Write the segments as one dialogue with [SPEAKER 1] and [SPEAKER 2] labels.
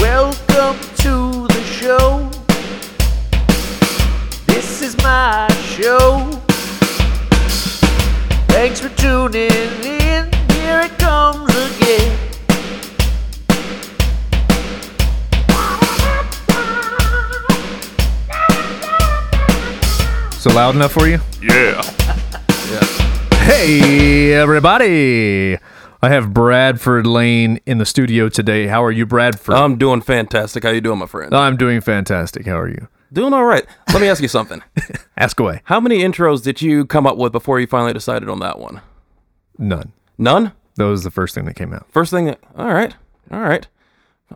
[SPEAKER 1] Welcome to the show. This is my show. Thanks for tuning in. Here it comes again.
[SPEAKER 2] So loud enough for you?
[SPEAKER 3] Yeah.
[SPEAKER 2] Hey, everybody! I have Bradford Lane in the studio today. How are you, Bradford?
[SPEAKER 3] I'm doing fantastic. How you doing, my friend?
[SPEAKER 2] I'm doing fantastic. How are you?
[SPEAKER 3] Uh, doing all right. Let me ask you something.
[SPEAKER 2] Ask away.
[SPEAKER 3] How many intros did you come up with before you finally decided on that one?
[SPEAKER 2] None.
[SPEAKER 3] None?
[SPEAKER 2] That was the first thing that came out.
[SPEAKER 3] First thing that all right. All right.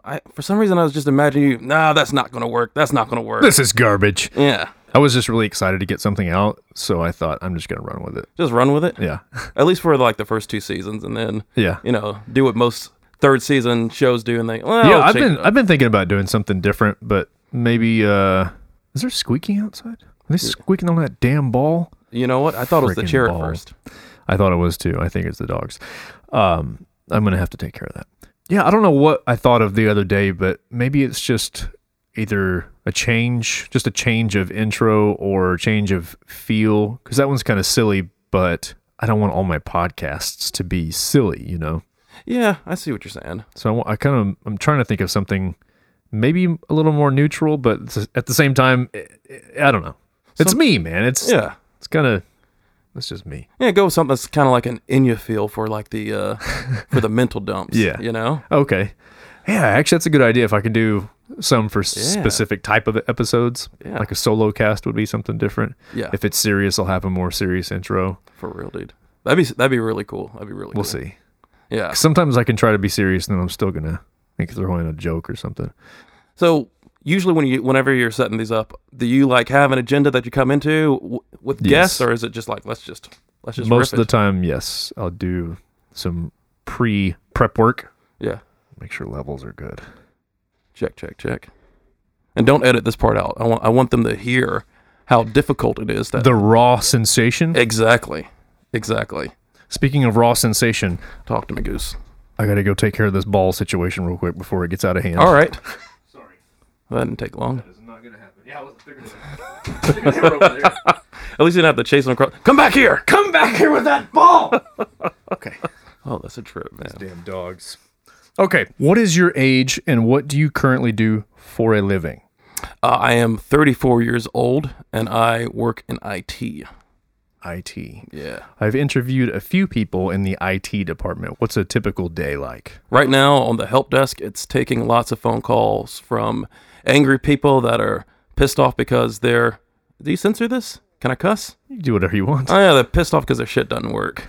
[SPEAKER 3] I for some reason I was just imagining you, nah, that's not gonna work. That's not gonna work.
[SPEAKER 2] This is garbage.
[SPEAKER 3] yeah.
[SPEAKER 2] I was just really excited to get something out, so I thought I'm just going to run with it.
[SPEAKER 3] Just run with it.
[SPEAKER 2] Yeah.
[SPEAKER 3] At least for like the first two seasons and then
[SPEAKER 2] Yeah.
[SPEAKER 3] you know, do what most third season shows do and they well
[SPEAKER 2] yeah, I've
[SPEAKER 3] shake
[SPEAKER 2] been
[SPEAKER 3] it up.
[SPEAKER 2] I've been thinking about doing something different, but maybe uh is there squeaking outside? Are they squeaking on that damn ball?
[SPEAKER 3] you know what? I thought it was the
[SPEAKER 2] Freaking
[SPEAKER 3] chair
[SPEAKER 2] ball.
[SPEAKER 3] at first.
[SPEAKER 2] I thought it was too. I think it's the dogs. Um, I'm gonna have to take care of that. Yeah, I don't know what I thought of the other day, but maybe it's just either a change, just a change of intro or a change of feel, because that one's kind of silly. But I don't want all my podcasts to be silly, you know.
[SPEAKER 3] Yeah, I see what you're saying.
[SPEAKER 2] So I wa- I, kind of I'm trying to think of something maybe a little more neutral, but s- at the same time, I, I don't know. It's me, man. It's
[SPEAKER 3] Yeah.
[SPEAKER 2] It's kind of it's just me.
[SPEAKER 3] Yeah, go with something that's kind of like an in your feel for like the uh for the mental dumps.
[SPEAKER 2] Yeah.
[SPEAKER 3] you know.
[SPEAKER 2] Okay. Yeah, actually, that's a good idea. If I can do some for specific type of e-, episodes,
[SPEAKER 3] Yeah.
[SPEAKER 2] like a solo cast would be something different.
[SPEAKER 3] Yeah.
[SPEAKER 2] If it's serious, I'll have a more serious intro.
[SPEAKER 3] For real, dude. That'd be that'd be really cool. That'd be really.
[SPEAKER 2] We'll
[SPEAKER 3] cool.
[SPEAKER 2] see.
[SPEAKER 3] Yeah.
[SPEAKER 2] Sometimes I can try to be serious, and then I'm still gonna like throw in a joke or something.
[SPEAKER 3] So usually when you whenever you're setting these up, do you like have an agenda that you come into w- with
[SPEAKER 2] Yes.
[SPEAKER 3] guests, or is it just like let's just let's just
[SPEAKER 2] Most of
[SPEAKER 3] riff
[SPEAKER 2] the time, yes, I'll do some pre prep work.
[SPEAKER 3] it? yeah.
[SPEAKER 2] Make sure levels are good.
[SPEAKER 3] Check check check. And don't edit this part out. I want I want them to hear how difficult it is. That
[SPEAKER 2] The raw sensation.
[SPEAKER 3] exactly exactly.
[SPEAKER 2] Speaking of raw sensation,
[SPEAKER 3] Talk to me, Goose.
[SPEAKER 2] I gotta go take care of this ball situation real quick before it gets out of hand.
[SPEAKER 3] All right. Sorry. That didn't take long. At least you didn't have to chase them across. Come back here! Come back here with that ball!
[SPEAKER 2] Okay.
[SPEAKER 3] Oh, that's a trip, man.
[SPEAKER 2] Damn dogs. Okay. What is your age and what do you currently do for a living?
[SPEAKER 3] Uh, I am 34 years old and I work in IT.
[SPEAKER 2] IT.
[SPEAKER 3] Yeah.
[SPEAKER 2] I've interviewed a few people in the IT department. What's a typical day like?
[SPEAKER 3] Right now on the help desk, it's taking lots of phone calls from angry people that are pissed off because they're. Do you censor this? Can I cuss?
[SPEAKER 2] You do whatever you want.
[SPEAKER 3] Oh yeah, they're pissed off because their shit doesn't work.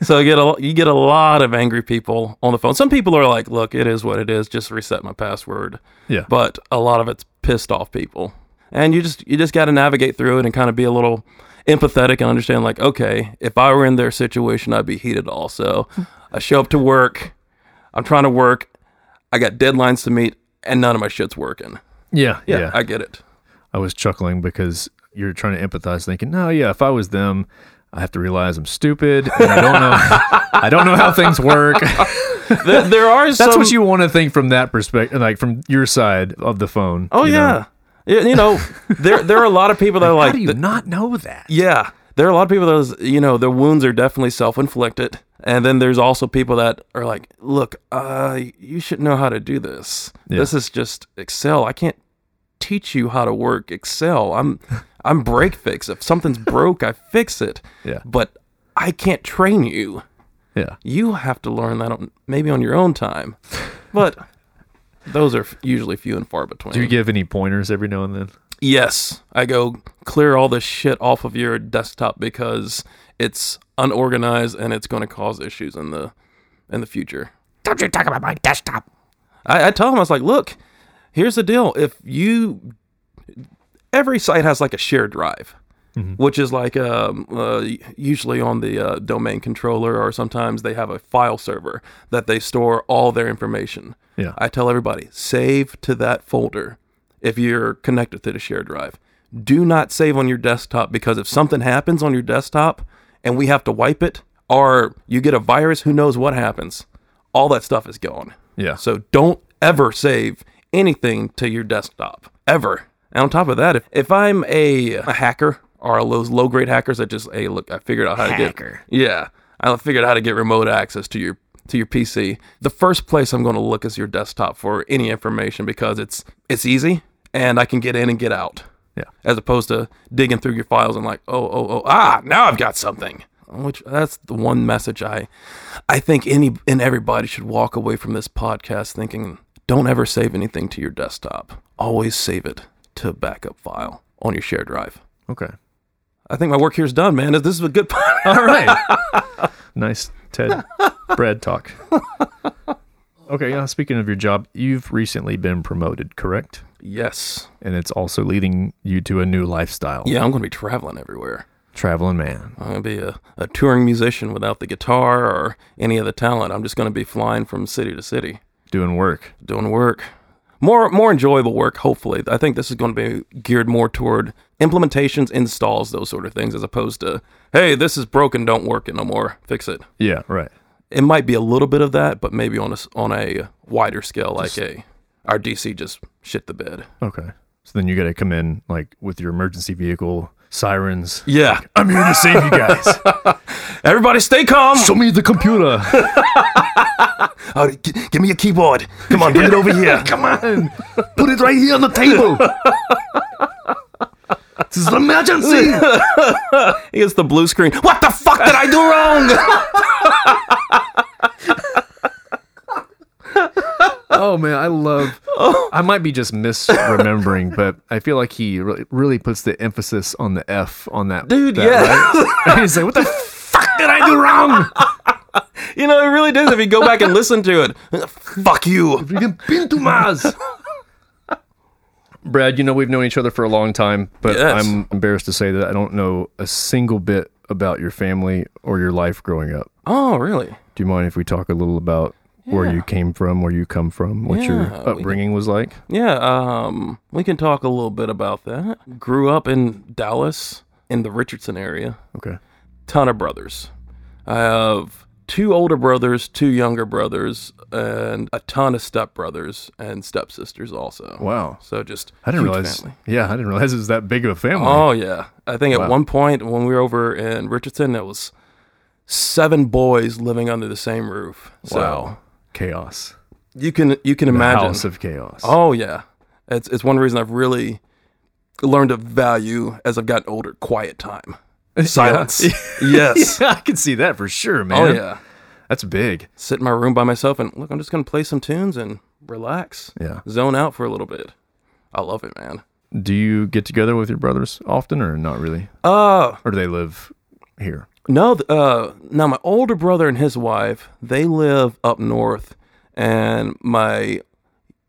[SPEAKER 3] so you get a you get a lot of angry people on the phone. Some people are like, "Look, it is what it is. Just reset my password."
[SPEAKER 2] Yeah.
[SPEAKER 3] But a lot of it's pissed off people, and you just you just got to navigate through it and kind of be a little empathetic and understand like, okay, if I were in their situation, I'd be heated also. I show up to work. I'm trying to work. I got deadlines to meet, and none of my shit's working.
[SPEAKER 2] yeah. Yeah. I,
[SPEAKER 3] I get it.
[SPEAKER 2] was chuckling because you're trying to empathize, thinking, no, yeah, if I was them, I have to realize I'm stupid and I don't know. I don't know how things work.
[SPEAKER 3] There, there are
[SPEAKER 2] That's
[SPEAKER 3] some,
[SPEAKER 2] what you want to think from that perspective, like from your side of the phone.
[SPEAKER 3] Oh
[SPEAKER 2] you know?
[SPEAKER 3] yeah. yeah. You know, there there are a lot of people that are like
[SPEAKER 2] How do you
[SPEAKER 3] th-
[SPEAKER 2] not know that?
[SPEAKER 3] yeah. There are a lot of people that you know their wounds are definitely self inflicted, and then there's also people that are like, look, uh, you should know how to do this.
[SPEAKER 2] Yeah.
[SPEAKER 3] This is just Excel. I can't teach you how to work Excel. I'm I'm break fix. If something's broke, I fix it.
[SPEAKER 2] Yeah.
[SPEAKER 3] But I can't train you.
[SPEAKER 2] Yeah.
[SPEAKER 3] You have to learn that on, maybe on your own time. But those are usually few and far between.
[SPEAKER 2] Do you give any pointers every now and then?
[SPEAKER 3] Yes, I go clear all this shit off of your desktop because it's unorganized and it's going to cause issues in the in the future.
[SPEAKER 4] Don't you talk about my desktop.
[SPEAKER 3] I, I tell them I was like, look, here's the deal. If you every site has like a shared drive, which is like um, uh, usually on the uh, domain controller, or sometimes they have a file server that they store all their information.
[SPEAKER 2] Yeah.
[SPEAKER 3] I tell everybody save to that folder if you're connected to the shared drive. Do not save on your desktop because if something happens on your desktop and we have to wipe it, or you get a virus, who knows what happens? All that stuff is gone.
[SPEAKER 2] Yeah.
[SPEAKER 3] So don't ever save anything to your desktop ever. And on top of that, if, if I'm a, a hacker or those low grade hackers that just hey look, I figured out how
[SPEAKER 1] Hacker.
[SPEAKER 3] to get yeah, I figured out how to get remote access to your to your PC. The first place I'm going to look is your desktop for any information because it's it's easy and I can get in and get out.
[SPEAKER 2] Yeah.
[SPEAKER 3] As opposed to digging through your files and like, oh, oh, oh, ah, now I've got something. Which that's the one message I, I think any and everybody should walk away from this podcast thinking: don't ever save anything to your desktop. Always save it to a backup file on your shared drive.
[SPEAKER 2] Okay.
[SPEAKER 3] I think my work here's done, man. This is a good podcast.
[SPEAKER 2] All right. nice Ted bread talk. Okay, yeah, speaking of your job, you've recently been promoted, correct?
[SPEAKER 3] yes.
[SPEAKER 2] And it's also leading you to a new lifestyle.
[SPEAKER 3] Yeah, I'm going to be traveling everywhere.
[SPEAKER 2] Traveling man.
[SPEAKER 3] I'm going to be a, a touring musician without the guitar or any of the talent. I'm just going to be flying from city to city.
[SPEAKER 2] Doing work.
[SPEAKER 3] doing work more more enjoyable work hopefully i think this is going to be geared more toward implementations installs those sort of things as opposed to hey this is broken don't work it no more fix it
[SPEAKER 2] Yeah, right.
[SPEAKER 3] it might be a little bit of that but maybe on a s- on a wider scale like a our dc just shit the bed
[SPEAKER 2] Okay. So then you gotta come in like with your emergency vehicle sirens.
[SPEAKER 3] yeah
[SPEAKER 2] I'm here to save you guys.
[SPEAKER 3] everybody stay calm
[SPEAKER 2] Show me the computer.
[SPEAKER 3] Oh, g- give me a keyboard come on bring it over here come on
[SPEAKER 2] Put it right here on the table. this is an emergency.
[SPEAKER 3] he gets the blue screen what the fuck did i do wrong
[SPEAKER 2] Oh man, I love. I might be just misremembering, but I feel like he really, really puts the emphasis on the F on that.
[SPEAKER 3] Dude,
[SPEAKER 2] that,
[SPEAKER 3] yeah.
[SPEAKER 2] right? He's like, "What the fuck did I do wrong?
[SPEAKER 3] you know it really does if you go back and listen to it fuck you
[SPEAKER 2] We didn't been to Mars." Brad, you know we've known each other for a long time, but
[SPEAKER 3] Yes.
[SPEAKER 2] I'm embarrassed to say that I don't know a single bit about your family or your life growing up.
[SPEAKER 3] oh really
[SPEAKER 2] Do you mind if we talk a little about where you came from, where you come from, what your
[SPEAKER 3] Yeah, we-
[SPEAKER 2] upbringing was like?
[SPEAKER 3] Yeah, um, we can talk a little bit about that. Grew up in Dallas in the Richardson area.
[SPEAKER 2] Okay.
[SPEAKER 3] Ton of brothers. I have two older brothers, two younger brothers, and a ton of stepbrothers and stepsisters also.
[SPEAKER 2] Wow.
[SPEAKER 3] So just
[SPEAKER 2] I didn't
[SPEAKER 3] huge
[SPEAKER 2] realize.
[SPEAKER 3] family.
[SPEAKER 2] Yeah, I didn't realize it was that big of a family.
[SPEAKER 3] Oh yeah. I think at one point when we were over in Richardson, it was seven boys living under the same roof. So
[SPEAKER 2] Wow. chaos.
[SPEAKER 3] you can you can
[SPEAKER 2] The
[SPEAKER 3] imagine
[SPEAKER 2] House of chaos.
[SPEAKER 3] Oh yeah, it's it's one reason I've really learned to value as I've gotten older quiet time, silence. yes.
[SPEAKER 2] Yeah, I can see that for sure, man.
[SPEAKER 3] Oh yeah.
[SPEAKER 2] That's big.
[SPEAKER 3] Sit in my room by myself and look. I'm just gonna play some tunes and relax.
[SPEAKER 2] Yeah.
[SPEAKER 3] Zone out for a little bit. I love it, man.
[SPEAKER 2] Do you get together with your brothers often or not really?
[SPEAKER 3] Uh
[SPEAKER 2] Or do they live here?
[SPEAKER 3] no. th- Uh now my older brother and his wife they live up north, and my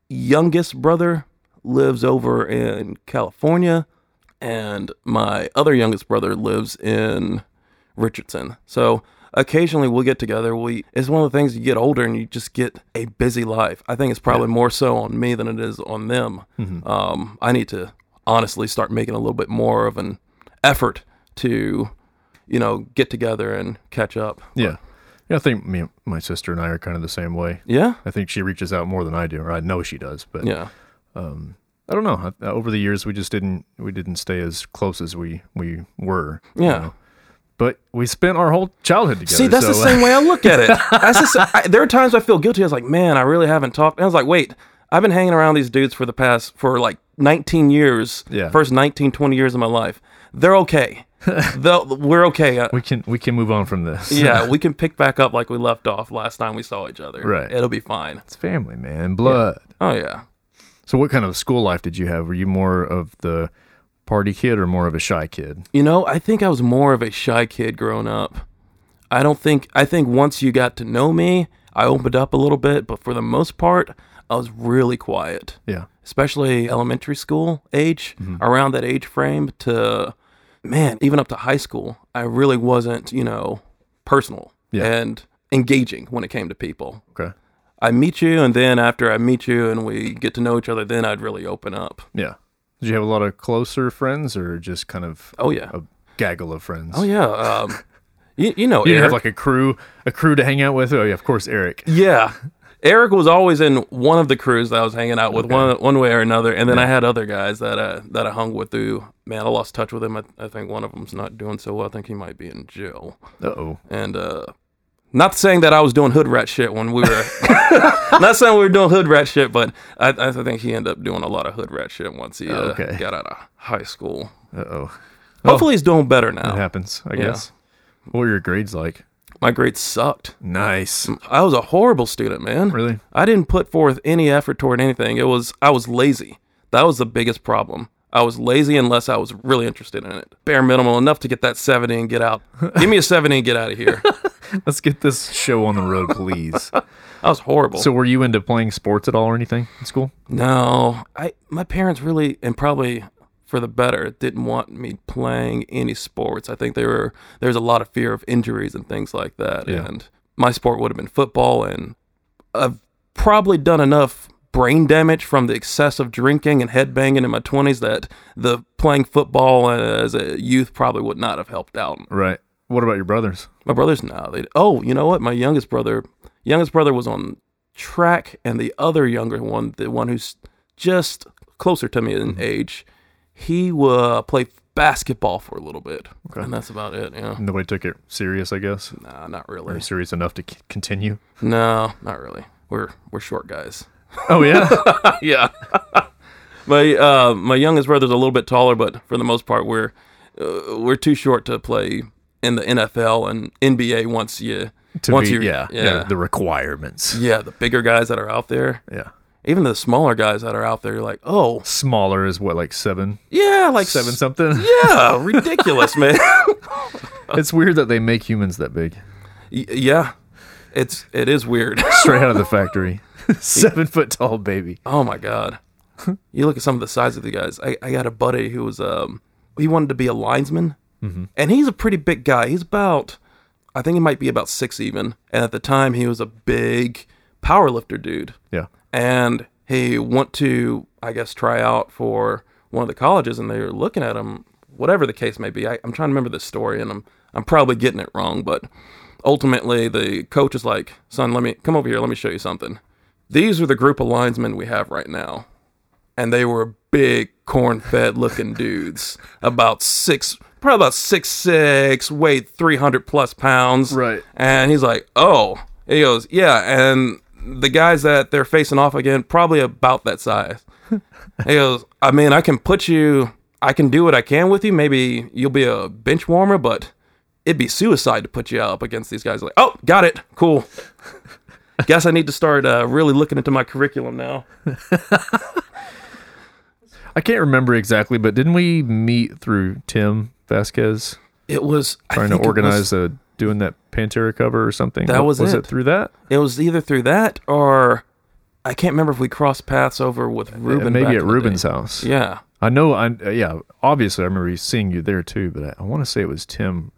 [SPEAKER 3] youngest brother lives over in California, and my other youngest brother lives in Richardson. So occasionally we'll get together. We it's one of the things you get older and you just get a busy life. I think it's probably more so on me than it is on them. Um, I need to honestly start making a little bit more of an effort to, you know, get together and catch up.
[SPEAKER 2] Yeah. Yeah, I think me, my sister and I are kind of the same way.
[SPEAKER 3] Yeah.
[SPEAKER 2] I think she reaches out more than I do, or I know she does, but
[SPEAKER 3] Yeah.
[SPEAKER 2] I don't know. I- uh, Over the years, we just didn't we didn't stay as close as we we were. you
[SPEAKER 3] Yeah.
[SPEAKER 2] know. But we spent our whole childhood together.
[SPEAKER 3] See, that's
[SPEAKER 2] so, uh,
[SPEAKER 3] the same way I look at it. That's the, sa- I, there are times I feel guilty. I was like, man, I really haven't talked. And I was like, wait, I've been hanging around these dudes for the past, for like 19 years,
[SPEAKER 2] Yeah.
[SPEAKER 3] first 19, 20 years of my life. They're okay. They'll, we're okay. Uh,
[SPEAKER 2] We can we can move on from this.
[SPEAKER 3] yeah, we can pick back up like we left off last time we saw each other.
[SPEAKER 2] Right.
[SPEAKER 3] It'll be fine.
[SPEAKER 2] It's family, man. Blood.
[SPEAKER 3] Oh, yeah.
[SPEAKER 2] So, what kind of school life did you have? Were you more of the party kid or more of a shy kid?
[SPEAKER 3] You know, I think I was more of a shy kid growing up. I don't think I think once you got to know me, I opened up a little bit, but for the most part, I was really quiet.
[SPEAKER 2] Yeah.
[SPEAKER 3] Especially elementary school age,
[SPEAKER 2] Mm-hmm.
[SPEAKER 3] around that age frame to man, even up to high school, I really wasn't, you know, personal
[SPEAKER 2] Yeah.
[SPEAKER 3] and engaging when it came to people.
[SPEAKER 2] Okay.
[SPEAKER 3] I meet you and then after I meet you and we get to know each other, then I'd really open up.
[SPEAKER 2] Yeah. Did you have a lot of closer friends or just kind of
[SPEAKER 3] Oh yeah.
[SPEAKER 2] a gaggle of friends?
[SPEAKER 3] Oh yeah. Um you, you know,
[SPEAKER 2] You didn't
[SPEAKER 3] Eric.
[SPEAKER 2] have like a crew, a crew to hang out with. Oh yeah, of course, Eric.
[SPEAKER 3] Yeah. Eric was always in one of the crews that I was hanging out with one one way or another, and then I had other guys that uh, that I hung with. Through man, I lost touch with him. I, I think one of them's not doing so well. I think he might be in jail.
[SPEAKER 2] Uh oh.
[SPEAKER 3] And uh, not saying that I was doing hood rat shit when we were, not saying we were doing hood rat shit, but I, I think he ended up doing a lot of hood rat shit once he uh,
[SPEAKER 2] Okay.
[SPEAKER 3] got out of high school.
[SPEAKER 2] Uh oh.
[SPEAKER 3] Hopefully he's doing better
[SPEAKER 2] It
[SPEAKER 3] now.
[SPEAKER 2] happens, I
[SPEAKER 3] Oh. Yeah.
[SPEAKER 2] guess. What were your grades like?
[SPEAKER 3] My grades sucked.
[SPEAKER 2] Nice.
[SPEAKER 3] I was a horrible student, man.
[SPEAKER 2] Really?
[SPEAKER 3] I didn't put forth any effort toward anything. It was I was lazy. That was the biggest problem. I was lazy unless I was really interested in it. Bare minimal enough to get that 70 and get out. Give me a 70 and get out of here.
[SPEAKER 2] Let's get this show on the road, please.
[SPEAKER 3] I was horrible.
[SPEAKER 2] so, were you into playing sports at all or anything in school?
[SPEAKER 3] No, I my parents really and probably for the better didn't want me playing any sports. I think there were there's a lot of fear of injuries and things like that.
[SPEAKER 2] Yeah.
[SPEAKER 3] And my sport would have been football and I've probably done enough brain damage from the excessive drinking and headbanging in my 20s that the playing football as a youth probably would not have helped out.
[SPEAKER 2] Right. What about your brothers?
[SPEAKER 3] My brothers now. They oh, you know what? My youngest brother, youngest brother was on track, and the other younger one, the one who's just closer to me
[SPEAKER 2] Mm-hmm.
[SPEAKER 3] in age, he uh, played basketball for a little bit, and that's about it. Yeah,
[SPEAKER 2] Nobody took it serious, I guess.
[SPEAKER 3] nah, not
[SPEAKER 2] Or
[SPEAKER 3] really.
[SPEAKER 2] serious enough to c- continue.
[SPEAKER 3] No, not really. We're we're short guys.
[SPEAKER 2] Oh, yeah.
[SPEAKER 3] yeah. my uh, my youngest brother's a little bit taller, but for the most part, we're uh, we're too short to play in the NFL and NBA. Once you
[SPEAKER 2] to
[SPEAKER 3] once
[SPEAKER 2] be,
[SPEAKER 3] you
[SPEAKER 2] yeah, yeah. The requirements.
[SPEAKER 3] Yeah, the bigger guys that are out there,
[SPEAKER 2] Yeah.
[SPEAKER 3] even the smaller guys that are out there, you're like, oh,
[SPEAKER 2] Smaller is what, like seven?
[SPEAKER 3] yeah, like
[SPEAKER 2] Seven
[SPEAKER 3] s-
[SPEAKER 2] something?
[SPEAKER 3] Yeah, ridiculous, man.
[SPEAKER 2] It's weird that they make humans that big.
[SPEAKER 3] Y- yeah, it's it is weird.
[SPEAKER 2] Straight out of the factory. seven foot tall baby.
[SPEAKER 3] Oh my god, you look at some of the size of the guys. I, I got a buddy who was um he wanted to be a linesman, and he's a pretty big guy. He's about, I think he might be about six even, and at the time he was a big power lifter dude.
[SPEAKER 2] Yeah.
[SPEAKER 3] and he went to i guess try out for one of the colleges and they were looking at him whatever the case may be I, i'm trying to remember the story and i'm i'm probably getting it wrong but ultimately the coach is like son let me come over here let me show you something these are the group of linesmen we have right now and they were big corn-fed looking dudes about six probably about six six weighed 300 plus pounds
[SPEAKER 2] Right.
[SPEAKER 3] and he's like, "Oh," he goes, "Yeah." And the guys that they're facing off again, probably about that size. he goes, "I mean, I can put you, I can do what I can with you. Maybe you'll be a bench warmer, but it'd be suicide to put you up against these guys." Like, "Oh, got it, cool." Guess I need to start uh, really looking into my curriculum now.
[SPEAKER 2] I can't remember exactly, but didn't we meet through Tim Vasquez
[SPEAKER 3] It was I
[SPEAKER 2] trying to
[SPEAKER 3] think it was-
[SPEAKER 2] organize a doing that Pantera cover or something?
[SPEAKER 3] That
[SPEAKER 2] Wa-
[SPEAKER 3] was
[SPEAKER 2] was
[SPEAKER 3] it.
[SPEAKER 2] it through that?
[SPEAKER 3] It was either through that or I can't remember if we crossed paths over with Ruben. back
[SPEAKER 2] Maybe
[SPEAKER 3] in
[SPEAKER 2] at
[SPEAKER 3] the day.
[SPEAKER 2] Ruben's house.
[SPEAKER 3] Yeah.
[SPEAKER 2] I know. I uh, yeah. Obviously, I remember seeing you there too, but I, I want to say it was Tim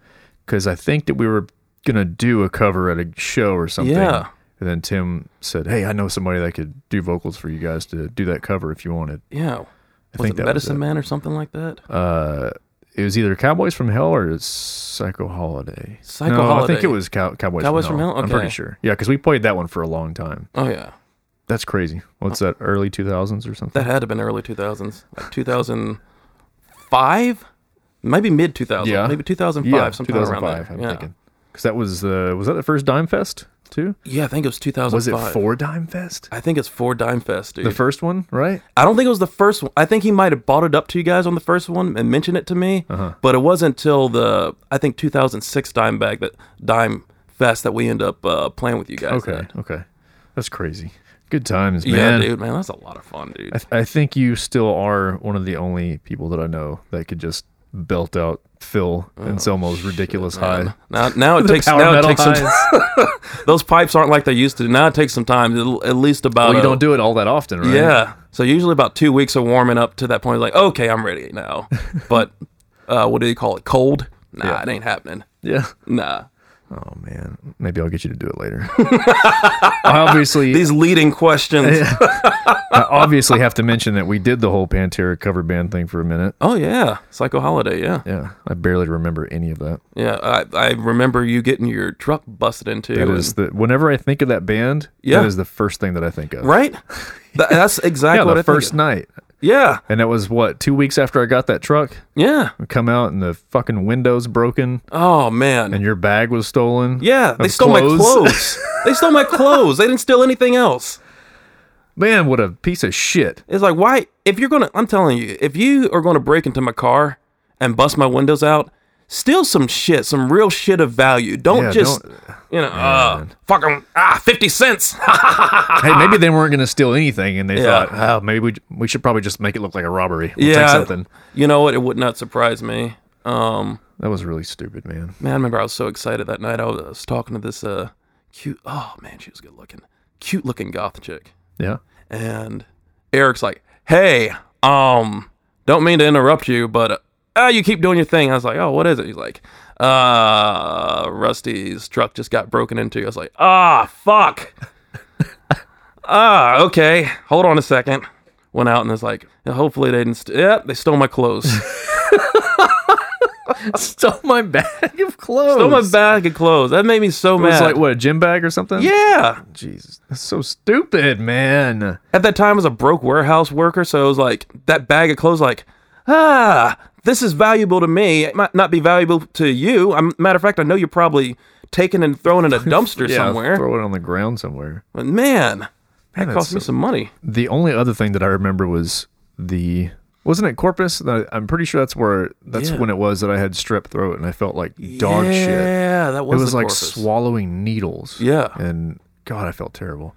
[SPEAKER 2] because I think that we were gonna do a cover at a show or something.
[SPEAKER 3] Yeah.
[SPEAKER 2] And then Tim said, "Hey, I know somebody that could do vocals for you guys to do that cover if you wanted."
[SPEAKER 3] Yeah. was
[SPEAKER 2] think
[SPEAKER 3] it
[SPEAKER 2] that was
[SPEAKER 3] Medicine
[SPEAKER 2] it.
[SPEAKER 3] Man or something like that?
[SPEAKER 2] Uh, it was either Cowboys from Hell or it's Psycho Holiday.
[SPEAKER 3] Psycho
[SPEAKER 2] no, I
[SPEAKER 3] Holiday.
[SPEAKER 2] think it was Cow- Cowboys,
[SPEAKER 3] Cowboys
[SPEAKER 2] from
[SPEAKER 3] from
[SPEAKER 2] Hell.
[SPEAKER 3] Hell?
[SPEAKER 2] I'm
[SPEAKER 3] Okay.
[SPEAKER 2] pretty sure. Yeah, because we played that one for a long time.
[SPEAKER 3] oh yeah,
[SPEAKER 2] That's crazy. What's that? Early 2000s or something?
[SPEAKER 3] that had to have been early two thousands, like two thousand five, maybe mid two thousand,
[SPEAKER 2] Yeah.
[SPEAKER 3] maybe two thousand five,
[SPEAKER 2] yeah,
[SPEAKER 3] sometime around there.
[SPEAKER 2] 2005. I'm
[SPEAKER 3] yeah.
[SPEAKER 2] thinking because that was uh, was that the first Dime Fest too?
[SPEAKER 3] yeah, I think it was two thousand
[SPEAKER 2] Was it
[SPEAKER 3] five.
[SPEAKER 2] four Dime Fest?
[SPEAKER 3] I think it's four Dime Fest, dude.
[SPEAKER 2] The first one, right?
[SPEAKER 3] I don't think it was the first one. I think he might have bought it up to you guys on the first one and mentioned it to me,
[SPEAKER 2] Uh-huh.
[SPEAKER 3] but it wasn't until the I think 2006 Dime Bag that Dime Fest that we end up uh, playing with you guys.
[SPEAKER 2] Okay,
[SPEAKER 3] at.
[SPEAKER 2] okay, that's crazy. Good times,
[SPEAKER 3] yeah,
[SPEAKER 2] man.
[SPEAKER 3] dude, man, that's a lot of fun, dude.
[SPEAKER 2] I, th- I think you still are one of the only people that I know that could just belt out Phil and Selmo's ridiculous high.
[SPEAKER 3] Um, Now, now Oh, it
[SPEAKER 2] The
[SPEAKER 3] takes
[SPEAKER 2] power
[SPEAKER 3] now it
[SPEAKER 2] metal
[SPEAKER 3] takes some,
[SPEAKER 2] highs.
[SPEAKER 3] those pipes aren't like they used to. Now it takes some time, it'll- at least about.
[SPEAKER 2] Well, you
[SPEAKER 3] a-
[SPEAKER 2] don't do it all that often, right?
[SPEAKER 3] Yeah. So usually about two weeks of warming up to that point, like okay, I'm ready now. but uh, what do you call it? Cold? Nah,
[SPEAKER 2] Yeah.
[SPEAKER 3] it ain't happening.
[SPEAKER 2] yeah.
[SPEAKER 3] Nah.
[SPEAKER 2] Oh man, maybe I'll get you to do it later. I obviously
[SPEAKER 3] These leading questions.
[SPEAKER 2] I obviously have to mention that we did the whole Pantera cover band thing for a minute.
[SPEAKER 3] Oh yeah, Psycho Holiday. Yeah,
[SPEAKER 2] Yeah, I barely remember any of that.
[SPEAKER 3] yeah. I, I remember you getting your truck busted into.
[SPEAKER 2] That
[SPEAKER 3] and-
[SPEAKER 2] is the whenever I think of that band,
[SPEAKER 3] Yeah.
[SPEAKER 2] that is the first thing that I think of.
[SPEAKER 3] right. Th- that's exactly
[SPEAKER 2] Yeah,
[SPEAKER 3] what I
[SPEAKER 2] the first
[SPEAKER 3] Think.
[SPEAKER 2] night,
[SPEAKER 3] Yeah,
[SPEAKER 2] and that was what two weeks after I got that truck.
[SPEAKER 3] yeah.
[SPEAKER 2] I come out and the fucking windows broken,
[SPEAKER 3] Oh man.
[SPEAKER 2] and your bag was stolen.
[SPEAKER 3] yeah, they
[SPEAKER 2] of
[SPEAKER 3] stole my clothes. they stole my clothes. They didn't steal anything else.
[SPEAKER 2] Man, what a piece of shit!
[SPEAKER 3] It's like why? If you're gonna, I'm telling you, if you are gonna break into my car and bust my windows out, steal some shit, some real shit of value. Don't
[SPEAKER 2] Yeah,
[SPEAKER 3] just.
[SPEAKER 2] don't-
[SPEAKER 3] you know, uh, fuck 'em. Ah, 50 cents.
[SPEAKER 2] hey, maybe they weren't going to steal anything, and they
[SPEAKER 3] Yeah.
[SPEAKER 2] thought, oh, maybe we we should probably just make it look like a robbery. We'll
[SPEAKER 3] yeah.
[SPEAKER 2] take something.
[SPEAKER 3] You know what? It would not surprise me. Um,
[SPEAKER 2] That was really stupid, man.
[SPEAKER 3] Man, I remember I was so excited that night. I was, I was talking to this uh, cute, oh man, she was good looking, cute looking goth chick.
[SPEAKER 2] Yeah.
[SPEAKER 3] And Eric's like, hey, um, don't mean to interrupt you, but uh, you keep doing your thing. I was like, oh, what is it? He's like, uh, Rusty's truck just got broken into. I was like, ah, fuck. Ah, okay. Hold on a second. Went out and was like, hopefully they didn't. St- yep, they stole my clothes.
[SPEAKER 2] Stole my bag of clothes.
[SPEAKER 3] stole my bag of clothes. That made me so
[SPEAKER 2] It
[SPEAKER 3] mad.
[SPEAKER 2] was like what a gym bag or something.
[SPEAKER 3] Yeah.
[SPEAKER 2] Jesus, that's so stupid, man.
[SPEAKER 3] at that time I was a broke warehouse worker, so it was like that bag of clothes, like, ah, this is valuable to me. It might not be valuable to you. i matter of fact, I know you're probably taken and thrown in a dumpster somewhere.
[SPEAKER 2] Throw it on the ground somewhere.
[SPEAKER 3] But man, that
[SPEAKER 2] that's
[SPEAKER 3] cost me
[SPEAKER 2] so-
[SPEAKER 3] some money.
[SPEAKER 2] The only other thing that I remember was the wasn't it Corpus? I- I'm pretty sure that's where that's
[SPEAKER 3] Yeah.
[SPEAKER 2] when it was that I had strep throat and I felt like dog
[SPEAKER 3] yeah,
[SPEAKER 2] shit.
[SPEAKER 3] that
[SPEAKER 2] It
[SPEAKER 3] was
[SPEAKER 2] was
[SPEAKER 3] the
[SPEAKER 2] like
[SPEAKER 3] Corpus.
[SPEAKER 2] swallowing needles.
[SPEAKER 3] Yeah.
[SPEAKER 2] And God, I felt terrible.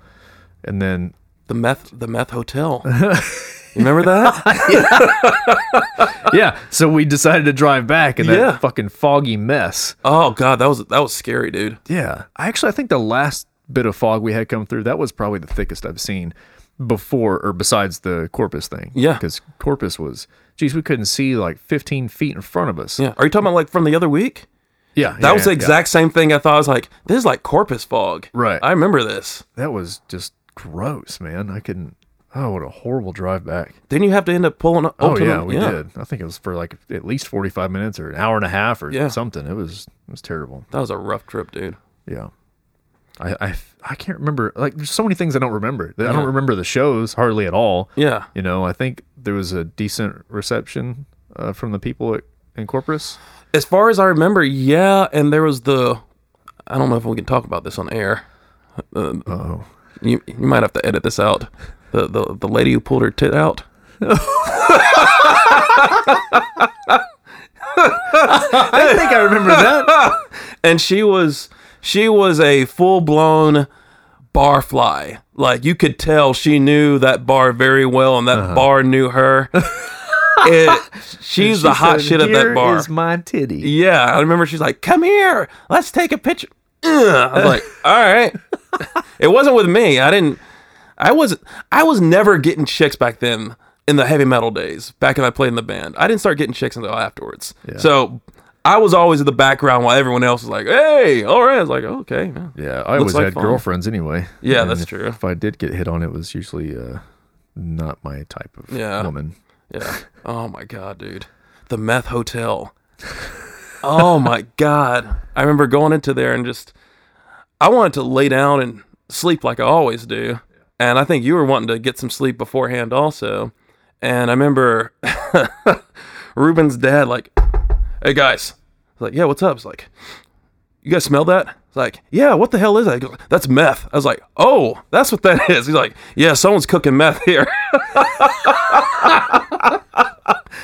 [SPEAKER 2] And then
[SPEAKER 3] the meth, the meth hotel. You Remember that?
[SPEAKER 2] yeah, so we decided to drive back in that
[SPEAKER 3] Yeah.
[SPEAKER 2] fucking foggy mess.
[SPEAKER 3] oh god, that was that was scary, dude.
[SPEAKER 2] Yeah. I actually I think the last bit of fog we had come through, that was probably the thickest I've seen before or besides the Corpus thing.
[SPEAKER 3] Yeah.
[SPEAKER 2] Because Corpus was geez, we couldn't see like fifteen feet in front of us.
[SPEAKER 3] Yeah. Are you talking about like from the other week?
[SPEAKER 2] Yeah.
[SPEAKER 3] That
[SPEAKER 2] yeah,
[SPEAKER 3] was the
[SPEAKER 2] yeah.
[SPEAKER 3] exact same thing I thought. I was like, this is like Corpus fog.
[SPEAKER 2] Right.
[SPEAKER 3] I remember this.
[SPEAKER 2] That was just gross, man. I couldn't oh what a horrible drive back.
[SPEAKER 3] Didn't you have to end up pulling up?
[SPEAKER 2] oh yeah, we did. I think it was for like at least forty five minutes or an hour and a half or
[SPEAKER 3] Yeah.
[SPEAKER 2] something. It was it was terrible.
[SPEAKER 3] That was a rough trip, dude.
[SPEAKER 2] Yeah. I, I, I can't remember. Like, there's so many things I don't remember. I don't remember the shows hardly at all.
[SPEAKER 3] Yeah.
[SPEAKER 2] You know, I think there was a decent reception uh, from the people at, in Corpus.
[SPEAKER 3] As far as I remember, yeah, and there was the I don't know if we can talk about this on air. Uh,
[SPEAKER 2] Oh,
[SPEAKER 3] you you might have to edit this out. The the, the lady who pulled her tit out.
[SPEAKER 2] I think I remember that.
[SPEAKER 3] And she was she was a full-blown barfly. Like you could tell she knew that bar very well and that bar knew her. it, she's the hot shit at that bar.
[SPEAKER 2] my titty.
[SPEAKER 3] Yeah, I remember she's like, "Come here, let's take a picture." Ugh. I was like, "All right." it wasn't with me. I didn't. I was. I was never getting chicks back then in the heavy metal days. Back when I played in the band, I didn't start getting chicks until afterwards. So I was always in the background while everyone else was like, "Hey, all right." I was like, oh, "Okay." yeah."
[SPEAKER 2] Yeah, I
[SPEAKER 3] Looks
[SPEAKER 2] always
[SPEAKER 3] like
[SPEAKER 2] had
[SPEAKER 3] fun.
[SPEAKER 2] girlfriends anyway.
[SPEAKER 3] Yeah,
[SPEAKER 2] And
[SPEAKER 3] that's
[SPEAKER 2] if-
[SPEAKER 3] true.
[SPEAKER 2] If I did get hit on, it was usually uh, not my type of
[SPEAKER 3] Yeah.
[SPEAKER 2] woman.
[SPEAKER 3] Yeah. Oh my god, dude. The meth hotel. Oh my god. I remember going into there and just I wanted to lay down and sleep like I always do. And I think you were wanting to get some sleep beforehand also. And I remember Ruben's dad like, "Hey guys." I was like, "Yeah, what's up?" It's like, you guys smell that? It's like, yeah, what the hell is that? He goes, that's meth. I was like, oh, that's what that is. He's like, yeah, someone's cooking meth here.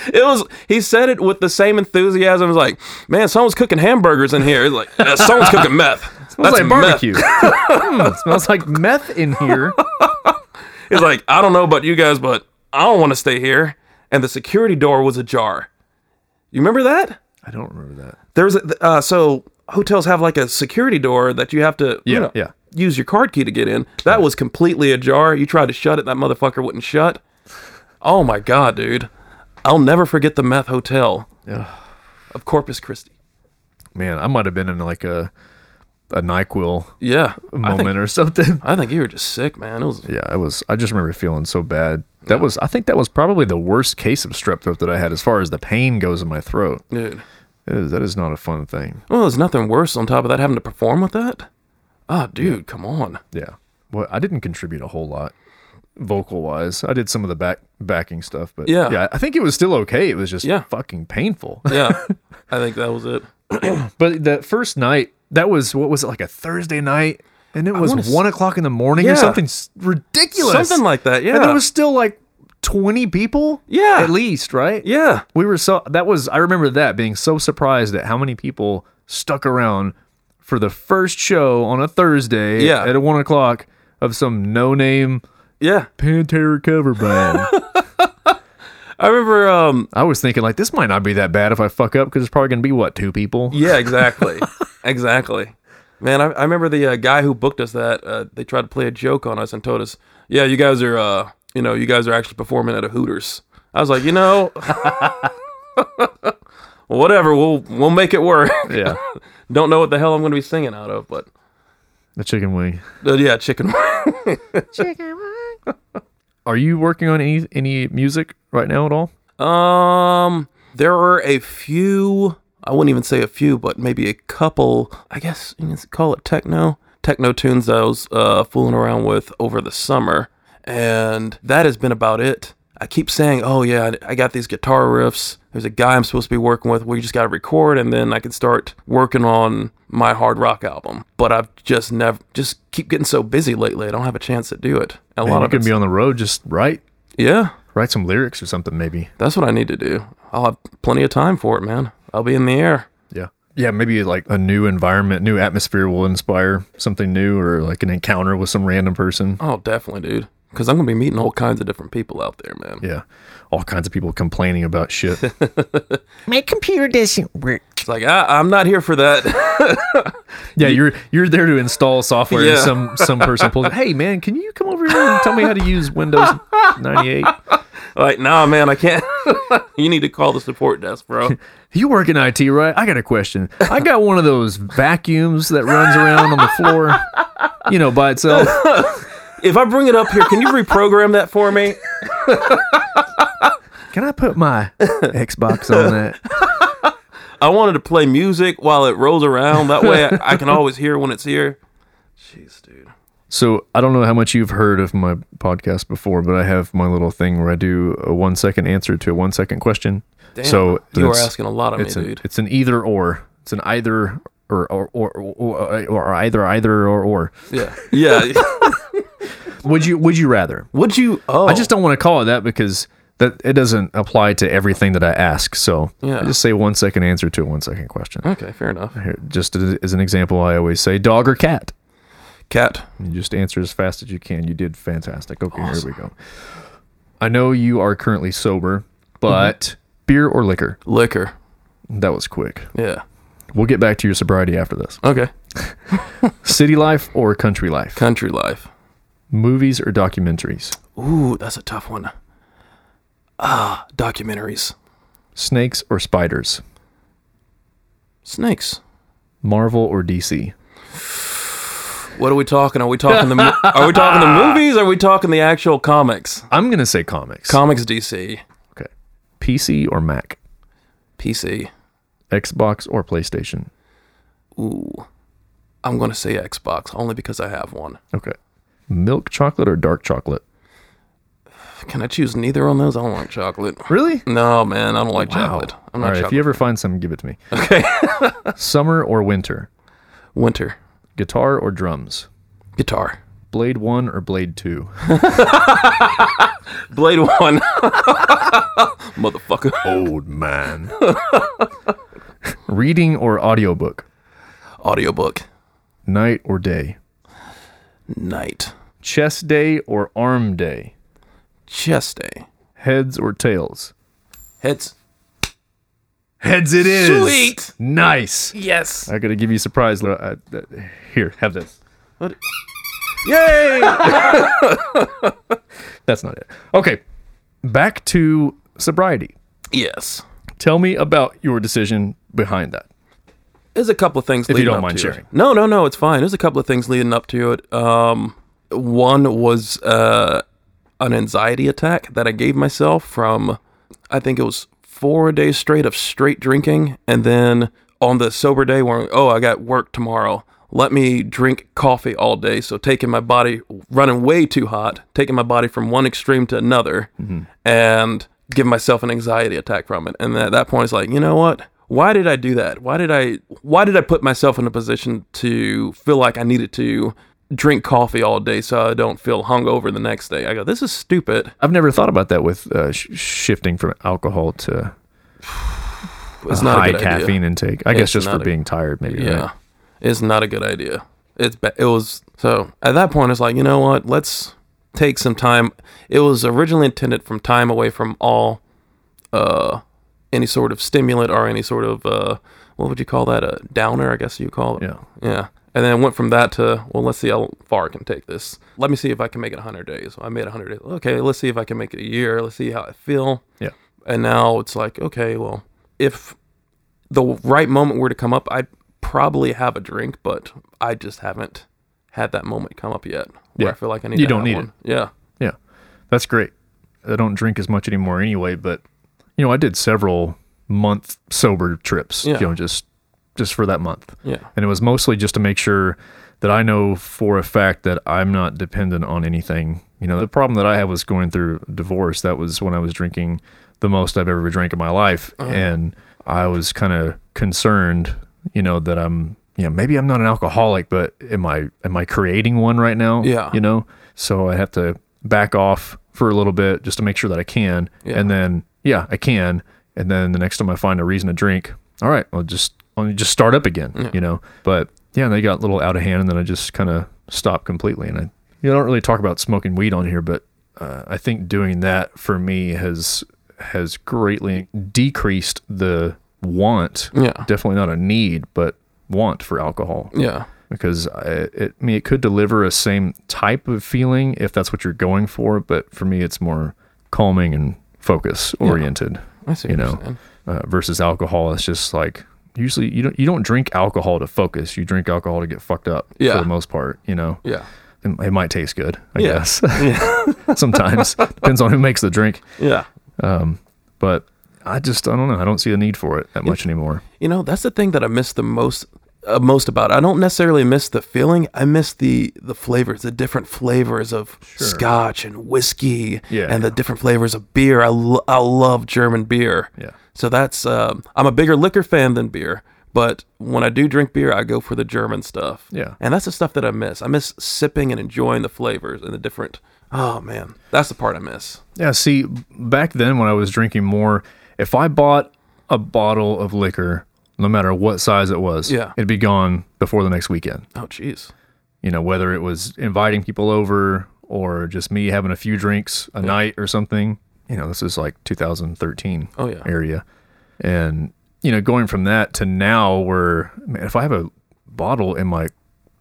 [SPEAKER 3] it was, he said it with the same enthusiasm. It was like, man, someone's cooking hamburgers in here. He's like, yeah, someone's cooking meth.
[SPEAKER 2] Smells
[SPEAKER 3] that's
[SPEAKER 2] like
[SPEAKER 3] meth."
[SPEAKER 2] barbecue. Hmm, it smells like meth in here.
[SPEAKER 3] He's like, I don't know about you guys, but I don't want to stay here. And the security door was ajar. You remember that?
[SPEAKER 2] I don't remember that.
[SPEAKER 3] There's a, uh, so hotels have like a security door that you have to you
[SPEAKER 2] Yeah,
[SPEAKER 3] know,
[SPEAKER 2] yeah.
[SPEAKER 3] use your card key to get in. That was completely ajar. You tried to shut it, that motherfucker wouldn't shut. Oh my god, dude! I'll never forget the meth hotel
[SPEAKER 2] Ugh.
[SPEAKER 3] of Corpus Christi.
[SPEAKER 2] Man, I might have been in like a a Nyquil
[SPEAKER 3] Yeah. I
[SPEAKER 2] moment
[SPEAKER 3] think,
[SPEAKER 2] or something.
[SPEAKER 3] I think you were just sick, man. It was
[SPEAKER 2] Yeah, it was. I just remember feeling so bad. That was. I think that was probably the worst case of strep throat that I had, as far as the pain goes in my throat.
[SPEAKER 3] dude.
[SPEAKER 2] It is, that is not a fun thing.
[SPEAKER 3] Well, there's nothing worse on top of that having to perform with that. Oh, dude, come on.
[SPEAKER 2] Yeah. Well, I didn't contribute a whole lot vocal wise. I did some of the back backing stuff, but
[SPEAKER 3] Yeah.
[SPEAKER 2] yeah, I think it was still okay. It was just
[SPEAKER 3] Yeah.
[SPEAKER 2] fucking painful.
[SPEAKER 3] Yeah. I think that was it.
[SPEAKER 2] but that first night, that was what was it like a Thursday night, and it was
[SPEAKER 3] wanna s-
[SPEAKER 2] one o'clock in the morning
[SPEAKER 3] Yeah.
[SPEAKER 2] or something s- ridiculous,
[SPEAKER 3] Something like that. Yeah.
[SPEAKER 2] And there was still like twenty people,
[SPEAKER 3] Yeah.
[SPEAKER 2] at least, right?
[SPEAKER 3] yeah.
[SPEAKER 2] we were so that was I remember that being so surprised at how many people stuck around for the first show on a Thursday
[SPEAKER 3] Yeah.
[SPEAKER 2] at one o'clock of some no name
[SPEAKER 3] Yeah.
[SPEAKER 2] Pantera cover band.
[SPEAKER 3] I remember um
[SPEAKER 2] I was thinking like this might not be that bad if I fuck up because it's probably gonna be what two people.
[SPEAKER 3] yeah, exactly. exactly. Man, I, I remember the uh, guy who booked us that uh, they tried to play a joke on us and told us, "Yeah, you guys are uh, you know, you guys are actually performing at a Hooters." I was like, "You know, whatever, we'll we'll make it work."
[SPEAKER 2] Yeah,
[SPEAKER 3] Don't know what the hell I'm going to be singing out of, but
[SPEAKER 2] the chicken wing.
[SPEAKER 3] uh, yeah, chicken wing.
[SPEAKER 2] Are you working on any any music right now at all?
[SPEAKER 3] Um, there are a few. I wouldn't even say a few, but maybe a couple. I guess you can call it techno techno tunes that I was uh, fooling around with over the summer, and that has been about it. I keep saying, "Oh yeah, I I got these guitar riffs." There's a guy I'm supposed to be working with. We just got to record, and then I can start working on my hard rock album. But I've just never, just keep getting so busy lately. I don't have a chance to do it. A lot
[SPEAKER 2] you
[SPEAKER 3] of
[SPEAKER 2] can
[SPEAKER 3] it's,
[SPEAKER 2] be on the road. Just write
[SPEAKER 3] yeah.
[SPEAKER 2] write some lyrics or something maybe.
[SPEAKER 3] That's what I need to do. I'll have plenty of time for it, man. I'll be in the air.
[SPEAKER 2] Yeah. Yeah, maybe like a new environment, new atmosphere will inspire something new or like an encounter with some random person.
[SPEAKER 3] Oh, definitely, dude. Because I'm going to be meeting all kinds of different people out there, man.
[SPEAKER 2] Yeah. All kinds of people complaining about shit.
[SPEAKER 4] My computer doesn't work.
[SPEAKER 3] It's like, I, I'm not here for that.
[SPEAKER 2] yeah, you're you're there to install software
[SPEAKER 3] Yeah.
[SPEAKER 2] and some some person pulls, "Hey man, can you come over here and tell me how to use Windows 98?"
[SPEAKER 3] like, nah, man, I can't. you need to call the support desk, bro.
[SPEAKER 2] You work in IT, right? I got a question. I got one of those vacuums that runs around on the floor, you know, by itself.
[SPEAKER 3] if I bring it up here, can you reprogram that for me?
[SPEAKER 2] Can I put my Xbox on that?
[SPEAKER 3] I wanted to play music while it rolls around. That way I, I can always hear when it's here. Jeez, dude.
[SPEAKER 2] So I don't know how much you've heard of my podcast before, but I have my little thing where I do a one second answer to a one second question.
[SPEAKER 3] Damn.
[SPEAKER 2] so
[SPEAKER 3] you are
[SPEAKER 2] it's-
[SPEAKER 3] asking a lot of me,
[SPEAKER 2] it's an,
[SPEAKER 3] dude.
[SPEAKER 2] It's an either or. It's an either or or or, or, or either either or or.
[SPEAKER 3] Yeah. Yeah.
[SPEAKER 2] Would you would you rather?
[SPEAKER 3] Would you? Oh.
[SPEAKER 2] I just don't want to call it that because that it doesn't apply to everything that I ask. So
[SPEAKER 3] Yeah.
[SPEAKER 2] I just say one second answer to a one second question.
[SPEAKER 3] Okay, fair enough.
[SPEAKER 2] Here, just as, as an example, I always say dog or cat.
[SPEAKER 3] Cat.
[SPEAKER 2] You just answer as fast as you can. You did fantastic. Okay, here we go. I know you are currently sober, but
[SPEAKER 3] Mm-hmm.
[SPEAKER 2] beer or liquor?
[SPEAKER 3] Liquor.
[SPEAKER 2] That was quick.
[SPEAKER 3] Yeah.
[SPEAKER 2] We'll get back to your sobriety after this.
[SPEAKER 3] Okay.
[SPEAKER 2] City life or country life?
[SPEAKER 3] Country life.
[SPEAKER 2] Movies or documentaries?
[SPEAKER 3] Ooh, that's a tough one. Ah, documentaries.
[SPEAKER 2] Snakes or spiders?
[SPEAKER 3] Snakes.
[SPEAKER 2] Marvel or DC?
[SPEAKER 3] What are we talking? Are we talking the mo- Are we talking the movies? Are we talking the actual comics?
[SPEAKER 2] I'm going to say comics.
[SPEAKER 3] Comics DC,
[SPEAKER 2] okay. PC or Mac?
[SPEAKER 3] PC.
[SPEAKER 2] Xbox or PlayStation?
[SPEAKER 3] Ooh. I'm going to say Xbox only because I have one.
[SPEAKER 2] Okay. Milk chocolate or dark chocolate?
[SPEAKER 3] Can I choose neither on those? I don't like chocolate.
[SPEAKER 2] Really?
[SPEAKER 3] No, man, I don't like
[SPEAKER 2] Wow.
[SPEAKER 3] chocolate.
[SPEAKER 2] All
[SPEAKER 3] I'm not
[SPEAKER 2] right, if
[SPEAKER 3] chocolate.
[SPEAKER 2] you ever find some, give it to me. Okay. Summer or winter?
[SPEAKER 3] Winter.
[SPEAKER 2] Guitar or drums?
[SPEAKER 3] Guitar.
[SPEAKER 2] Blade 1 or Blade 2?
[SPEAKER 3] Blade 1. Motherfucker.
[SPEAKER 2] Old man. Reading or audiobook?
[SPEAKER 3] Audiobook.
[SPEAKER 2] Night or day?
[SPEAKER 3] Night.
[SPEAKER 2] Chess day or arm day?
[SPEAKER 3] Chess day.
[SPEAKER 2] Heads or tails?
[SPEAKER 3] Heads.
[SPEAKER 2] Heads it is.
[SPEAKER 3] Sweet.
[SPEAKER 2] Nice.
[SPEAKER 3] Yes.
[SPEAKER 2] I gotta give you a surprise. Lo- I- that- Here, have this.
[SPEAKER 3] Yay!
[SPEAKER 2] That's not it. Okay, back to sobriety.
[SPEAKER 3] yes.
[SPEAKER 2] Tell me about your decision behind that.
[SPEAKER 3] There's a couple of things.
[SPEAKER 2] If you
[SPEAKER 3] leading
[SPEAKER 2] don't
[SPEAKER 3] up
[SPEAKER 2] mind
[SPEAKER 3] to
[SPEAKER 2] sharing.
[SPEAKER 3] It. No, no, no. It's fine. There's a couple of things leading up to it. Um, one was uh, an anxiety attack that I gave myself from, I think it was four days straight of straight drinking, and then on the sober day, where oh, I got work tomorrow. Let me drink coffee all day. So taking my body, running way too hot, taking my body from one extreme to another,
[SPEAKER 2] Mm-hmm.
[SPEAKER 3] and giving myself an anxiety attack from it. And at that point, it's like, you know what? why did I do that? Why did I why did I put myself in a position to feel like I needed to drink coffee all day so I don't feel hungover the next day? I go, this is stupid.
[SPEAKER 2] I've never thought about that with uh, sh- shifting from alcohol to
[SPEAKER 3] It's
[SPEAKER 2] a
[SPEAKER 3] not
[SPEAKER 2] high
[SPEAKER 3] a good
[SPEAKER 2] caffeine
[SPEAKER 3] idea.
[SPEAKER 2] intake. I guess
[SPEAKER 3] It's
[SPEAKER 2] just for
[SPEAKER 3] not a-
[SPEAKER 2] being tired, maybe.
[SPEAKER 3] Yeah,
[SPEAKER 2] right?
[SPEAKER 3] it's not a good idea. It's ba- it was so at that point it's like you know what? Let's take some time. It was originally intended from time away from all uh any sort of stimulant or any sort of uh what would you call that a downer? I guess you call it.
[SPEAKER 2] Yeah.
[SPEAKER 3] Yeah. And then I went from that to, well, let's see how far I can take this. Let me see if I can make it 100 days. I made 100 days. Okay, let's see if I can make it a year. Let's see how I feel.
[SPEAKER 2] Yeah.
[SPEAKER 3] And now it's like, okay, well, if the right moment were to come up, I'd probably have a drink, but I just haven't had that moment come up yet. Where
[SPEAKER 2] Yeah.
[SPEAKER 3] I feel like I need
[SPEAKER 2] You
[SPEAKER 3] to
[SPEAKER 2] don't
[SPEAKER 3] have
[SPEAKER 2] need
[SPEAKER 3] one. Yeah.
[SPEAKER 2] Yeah. That's great. I don't drink as much anymore anyway, but you know, I did several month sober trips,
[SPEAKER 3] Yeah.
[SPEAKER 2] you know, just just for that month.
[SPEAKER 3] Yeah.
[SPEAKER 2] And it was mostly just to make sure that I know for a fact that I'm not dependent on anything. You know, the problem that I had was going through divorce. That was when I was drinking the most I've ever drank in my life. And I was kind of concerned, you know, that I'm, you know, maybe I'm not an alcoholic, but am I, am I creating one right now?
[SPEAKER 3] Yeah.
[SPEAKER 2] You know, so I have to back off for a little bit just to make sure that I can.
[SPEAKER 3] Yeah.
[SPEAKER 2] And then, yeah, I can. And then the next time I find a reason to drink, all right, I'll just I'll just start up again, you know. But yeah, they got a little out of hand, and then I just kind of stopped completely. And I, you know, I don't really talk about smoking weed on here, but uh, I think doing that for me has has greatly decreased the want.
[SPEAKER 3] Yeah.
[SPEAKER 2] Definitely not a need, but want for alcohol
[SPEAKER 3] Yeah.
[SPEAKER 2] because I, it, I mean, it could deliver a same type of feeling if that's what you're going for, but for me, it's more calming and focus oriented.
[SPEAKER 3] I see.
[SPEAKER 2] You
[SPEAKER 3] what you're
[SPEAKER 2] know,
[SPEAKER 3] saying.
[SPEAKER 2] uh, versus alcohol, it's just like usually you don't you don't drink alcohol to focus. You drink alcohol to get fucked up
[SPEAKER 3] Yeah.
[SPEAKER 2] for the most part. You know,
[SPEAKER 3] Yeah.
[SPEAKER 2] it, it might taste good, I
[SPEAKER 3] Yeah.
[SPEAKER 2] guess. Sometimes depends on who makes the drink,
[SPEAKER 3] Yeah.
[SPEAKER 2] but I just I don't know. I don't see the need for it that much anymore.
[SPEAKER 3] You know, that's the thing that I miss the most uh, most about. it. I don't necessarily miss the feeling. I miss the the flavors, the different flavors of scotch and whiskey
[SPEAKER 2] Yeah.
[SPEAKER 3] and the different flavors of beer. I, lo- I love German beer.
[SPEAKER 2] Yeah.
[SPEAKER 3] So that's um, I'm a bigger liquor fan than beer, but when I do drink beer, I go for the German stuff.
[SPEAKER 2] Yeah.
[SPEAKER 3] And that's the stuff that I miss. I miss sipping and enjoying the flavors and the different Oh man, that's the part I miss.
[SPEAKER 2] Yeah, see, back then when I was drinking more, if I bought a bottle of liquor, no matter what size it was,
[SPEAKER 3] Yeah.
[SPEAKER 2] it'd be gone before the next weekend.
[SPEAKER 3] Oh jeez.
[SPEAKER 2] You know, whether it was inviting people over or just me having a few drinks a night or something. You know, this is like 2013
[SPEAKER 3] Oh, yeah.
[SPEAKER 2] area. And, you know, going from that to now where man, if I have a bottle in my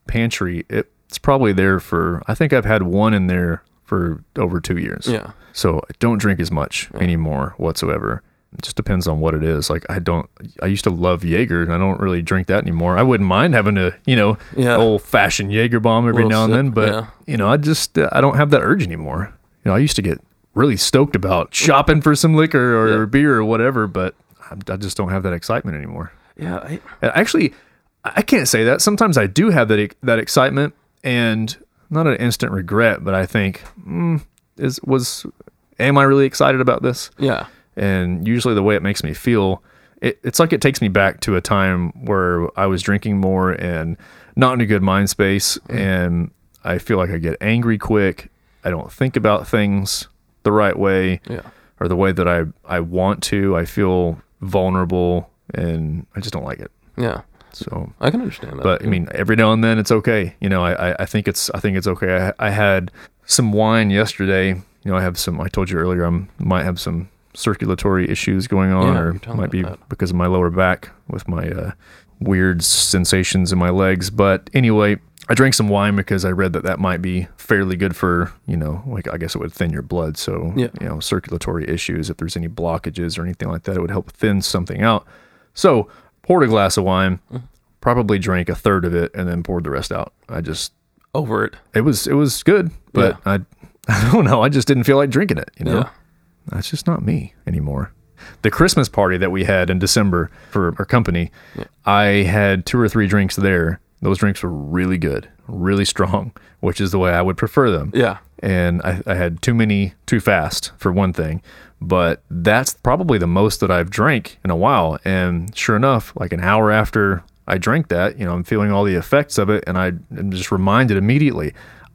[SPEAKER 2] pantry, it, it's probably there for, I think I've had one in there for over two years.
[SPEAKER 3] Yeah.
[SPEAKER 2] So I don't drink as much anymore whatsoever. It just depends on what it is. Like I don't I used to love Jaeger and I don't really drink that anymore. I wouldn't mind having a, you know,
[SPEAKER 3] Yeah.
[SPEAKER 2] old fashioned Jaeger bomb every
[SPEAKER 3] Little
[SPEAKER 2] now and
[SPEAKER 3] sip,
[SPEAKER 2] then, but
[SPEAKER 3] yeah.
[SPEAKER 2] you know, I just uh, I don't have that urge anymore. You know, I used to get really stoked about shopping for some liquor or beer or whatever, but I, I just don't have that excitement anymore.
[SPEAKER 3] Yeah, I,
[SPEAKER 2] And actually, I can't say that. Sometimes I do have that that excitement and not an instant regret, but I think mm, is was am I really excited about this?
[SPEAKER 3] yeah.
[SPEAKER 2] And usually, the way it makes me feel, it, it's like it takes me back to a time where I was drinking more and not in a good mind space, and I feel like I get angry quick. I don't think about things the right way
[SPEAKER 3] Yeah.
[SPEAKER 2] or the way that I, I want to. I feel vulnerable and I just don't like it.
[SPEAKER 3] Yeah.
[SPEAKER 2] So,
[SPEAKER 3] I can understand that.
[SPEAKER 2] but I mean, every now and then it's okay. You know, I, I, I think it's I think it's okay. I, I had some wine yesterday. You know, I have some. I told you earlier, I might have some circulatory issues going on,
[SPEAKER 3] Yeah, you
[SPEAKER 2] or
[SPEAKER 3] told
[SPEAKER 2] might
[SPEAKER 3] me
[SPEAKER 2] be
[SPEAKER 3] that.
[SPEAKER 2] because of my lower back with my uh, weird sensations in my legs. But anyway, I drank some wine because I read that that might be fairly good for you know, like I guess it would thin your blood. So
[SPEAKER 3] Yeah.
[SPEAKER 2] you know, circulatory issues. If there's any blockages or anything like that, it would help thin something out. So poured a glass of wine probably drank a third of it and then poured the rest out. I just
[SPEAKER 3] over it.
[SPEAKER 2] it was it was good, but I I don't know. I just didn't feel like drinking it. You know,
[SPEAKER 3] Yeah.
[SPEAKER 2] that's just not me anymore. The Christmas party that we had in December for our company, I had two or three drinks there. Those drinks were really good, really strong, which is the way I would prefer them.
[SPEAKER 3] Yeah.
[SPEAKER 2] And I, I had too many too fast for one thing, but that's probably the most that I've drank in a while. And sure enough, like an hour after I drank that, you know, I'm feeling all the effects of it, and I am just reminded immediately,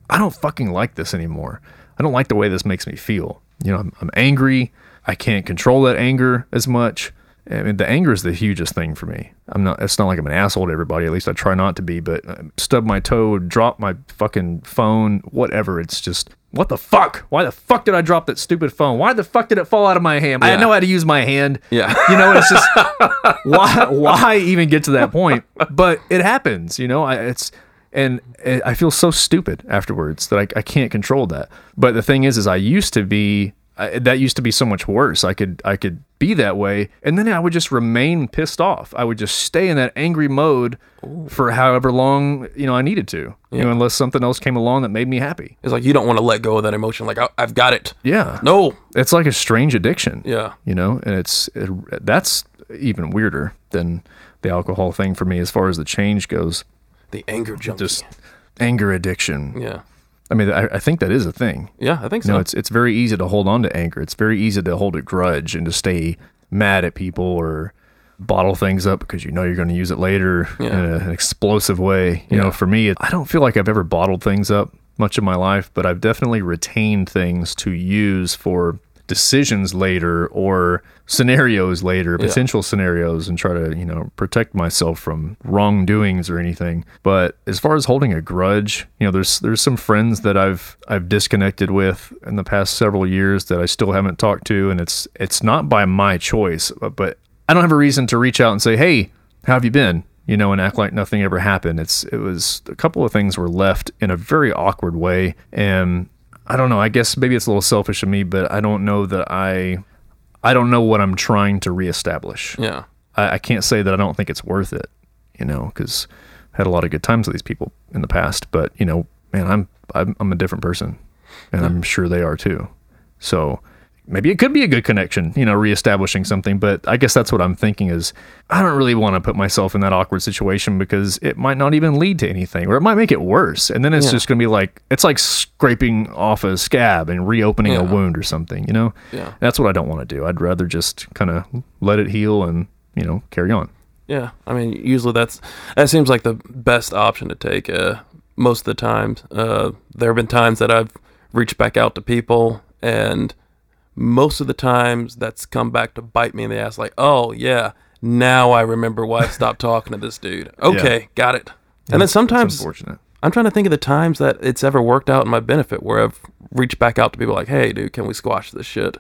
[SPEAKER 2] I don't fucking like this anymore. I don't like the way this makes me feel. You know, I'm, I'm angry. I can't control that anger as much. I mean, the anger is the hugest thing for me. I'm not. It's not like I'm an asshole to everybody. At least I try not to be. But I stub my toe, drop my fucking phone, whatever. It's just what the fuck? Why the fuck did I drop that stupid phone? Why the fuck did it fall out of my hand? I
[SPEAKER 3] Yeah.
[SPEAKER 2] know how to use my hand.
[SPEAKER 3] Yeah.
[SPEAKER 2] You know, it's just why why even get to that point? But it happens. You know, I, it's and it, I feel so stupid afterwards that I, I can't control that. But the thing is, is I used to be I, that used to be so much worse. I could I could be that way, and then I would just remain pissed off. I would just stay in that angry mode for however long you know I needed to, you know, unless something else came along that made me happy.
[SPEAKER 3] It's like you don't want to let go of that emotion. Like I, I've got it.
[SPEAKER 2] Yeah
[SPEAKER 3] No.
[SPEAKER 2] it's like a strange addiction.
[SPEAKER 3] Yeah.
[SPEAKER 2] You know, and it's it, that's even weirder than the alcohol thing for me as far as the change goes.
[SPEAKER 3] The anger jump.
[SPEAKER 2] Just anger addiction.
[SPEAKER 3] yeah.
[SPEAKER 2] I mean, I, I think that is a thing.
[SPEAKER 3] Yeah, I think so.
[SPEAKER 2] You know, it's it's very easy to hold on to anger. It's very easy to hold a grudge and to stay mad at people or bottle things up because you know you're going to use it later in
[SPEAKER 3] Yeah.
[SPEAKER 2] a- an explosive way. You know, for me, it, I don't feel like I've ever bottled things up much of my life, but I've definitely retained things to use for decisions later or scenarios later, potential scenarios, and try to you know protect myself from wrongdoings or anything. But as far as holding a grudge, you know, there's there's some friends that I've I've disconnected with in the past several years that I still haven't talked to, and it's it's not by my choice, but- but I don't have a reason to reach out and say, "Hey, how have you been?" You know, and act like nothing ever happened. It's it was a couple of things were left in a very awkward way, and I don't know. I guess maybe it's a little selfish of me, but I don't know that I, I don't know what I'm trying to reestablish.
[SPEAKER 3] yeah.
[SPEAKER 2] I, I can't say that I don't think it's worth it, you know, because I had a lot of good times with these people in the past. But you know, man, I'm I'm, I'm a different person, and I'm sure they are too. So maybe it could be a good connection, you know, reestablishing something. But I guess that's what I'm thinking is I don't really want to put myself in that awkward situation because it might not even lead to anything, or it might make it worse, and then it's just gonna be like it's like scraping off a scab and reopening a
[SPEAKER 3] Yeah.
[SPEAKER 2] wound or something, you know.
[SPEAKER 3] Yeah.
[SPEAKER 2] That's what I don't want to do. I'd rather just kind of let it heal and, you know, carry on.
[SPEAKER 3] Yeah, I mean, usually that's that seems like the best option to take. Uh, most of the times, uh, there have been times that I've reached back out to people, and most of the times that's come back to bite me in the ass. Like, oh yeah, now I remember why I stopped talking to this dude. Okay, got it. and then
[SPEAKER 2] it's
[SPEAKER 3] sometimes
[SPEAKER 2] unfortunate.
[SPEAKER 3] I'm trying to think of the times that it's ever worked out in my benefit where I've reached back out to people like, "Hey, dude, can we squash this shit?"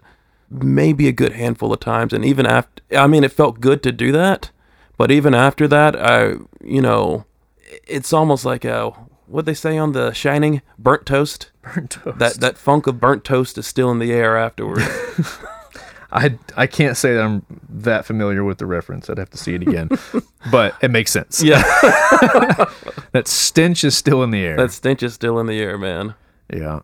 [SPEAKER 3] Maybe a good handful of times, and even after, I mean, it felt good to do that, but even after that, I, you know, it's almost like a what they say on The Shining, burnt toast.
[SPEAKER 2] Burnt toast.
[SPEAKER 3] That that funk of burnt toast is still in the air afterwards.
[SPEAKER 2] I I can't say that I'm that familiar with the reference. I'd have to see it again, but it makes sense.
[SPEAKER 3] yeah,
[SPEAKER 2] That stench is still in the air.
[SPEAKER 3] that stench is still in the air, man.
[SPEAKER 2] yeah.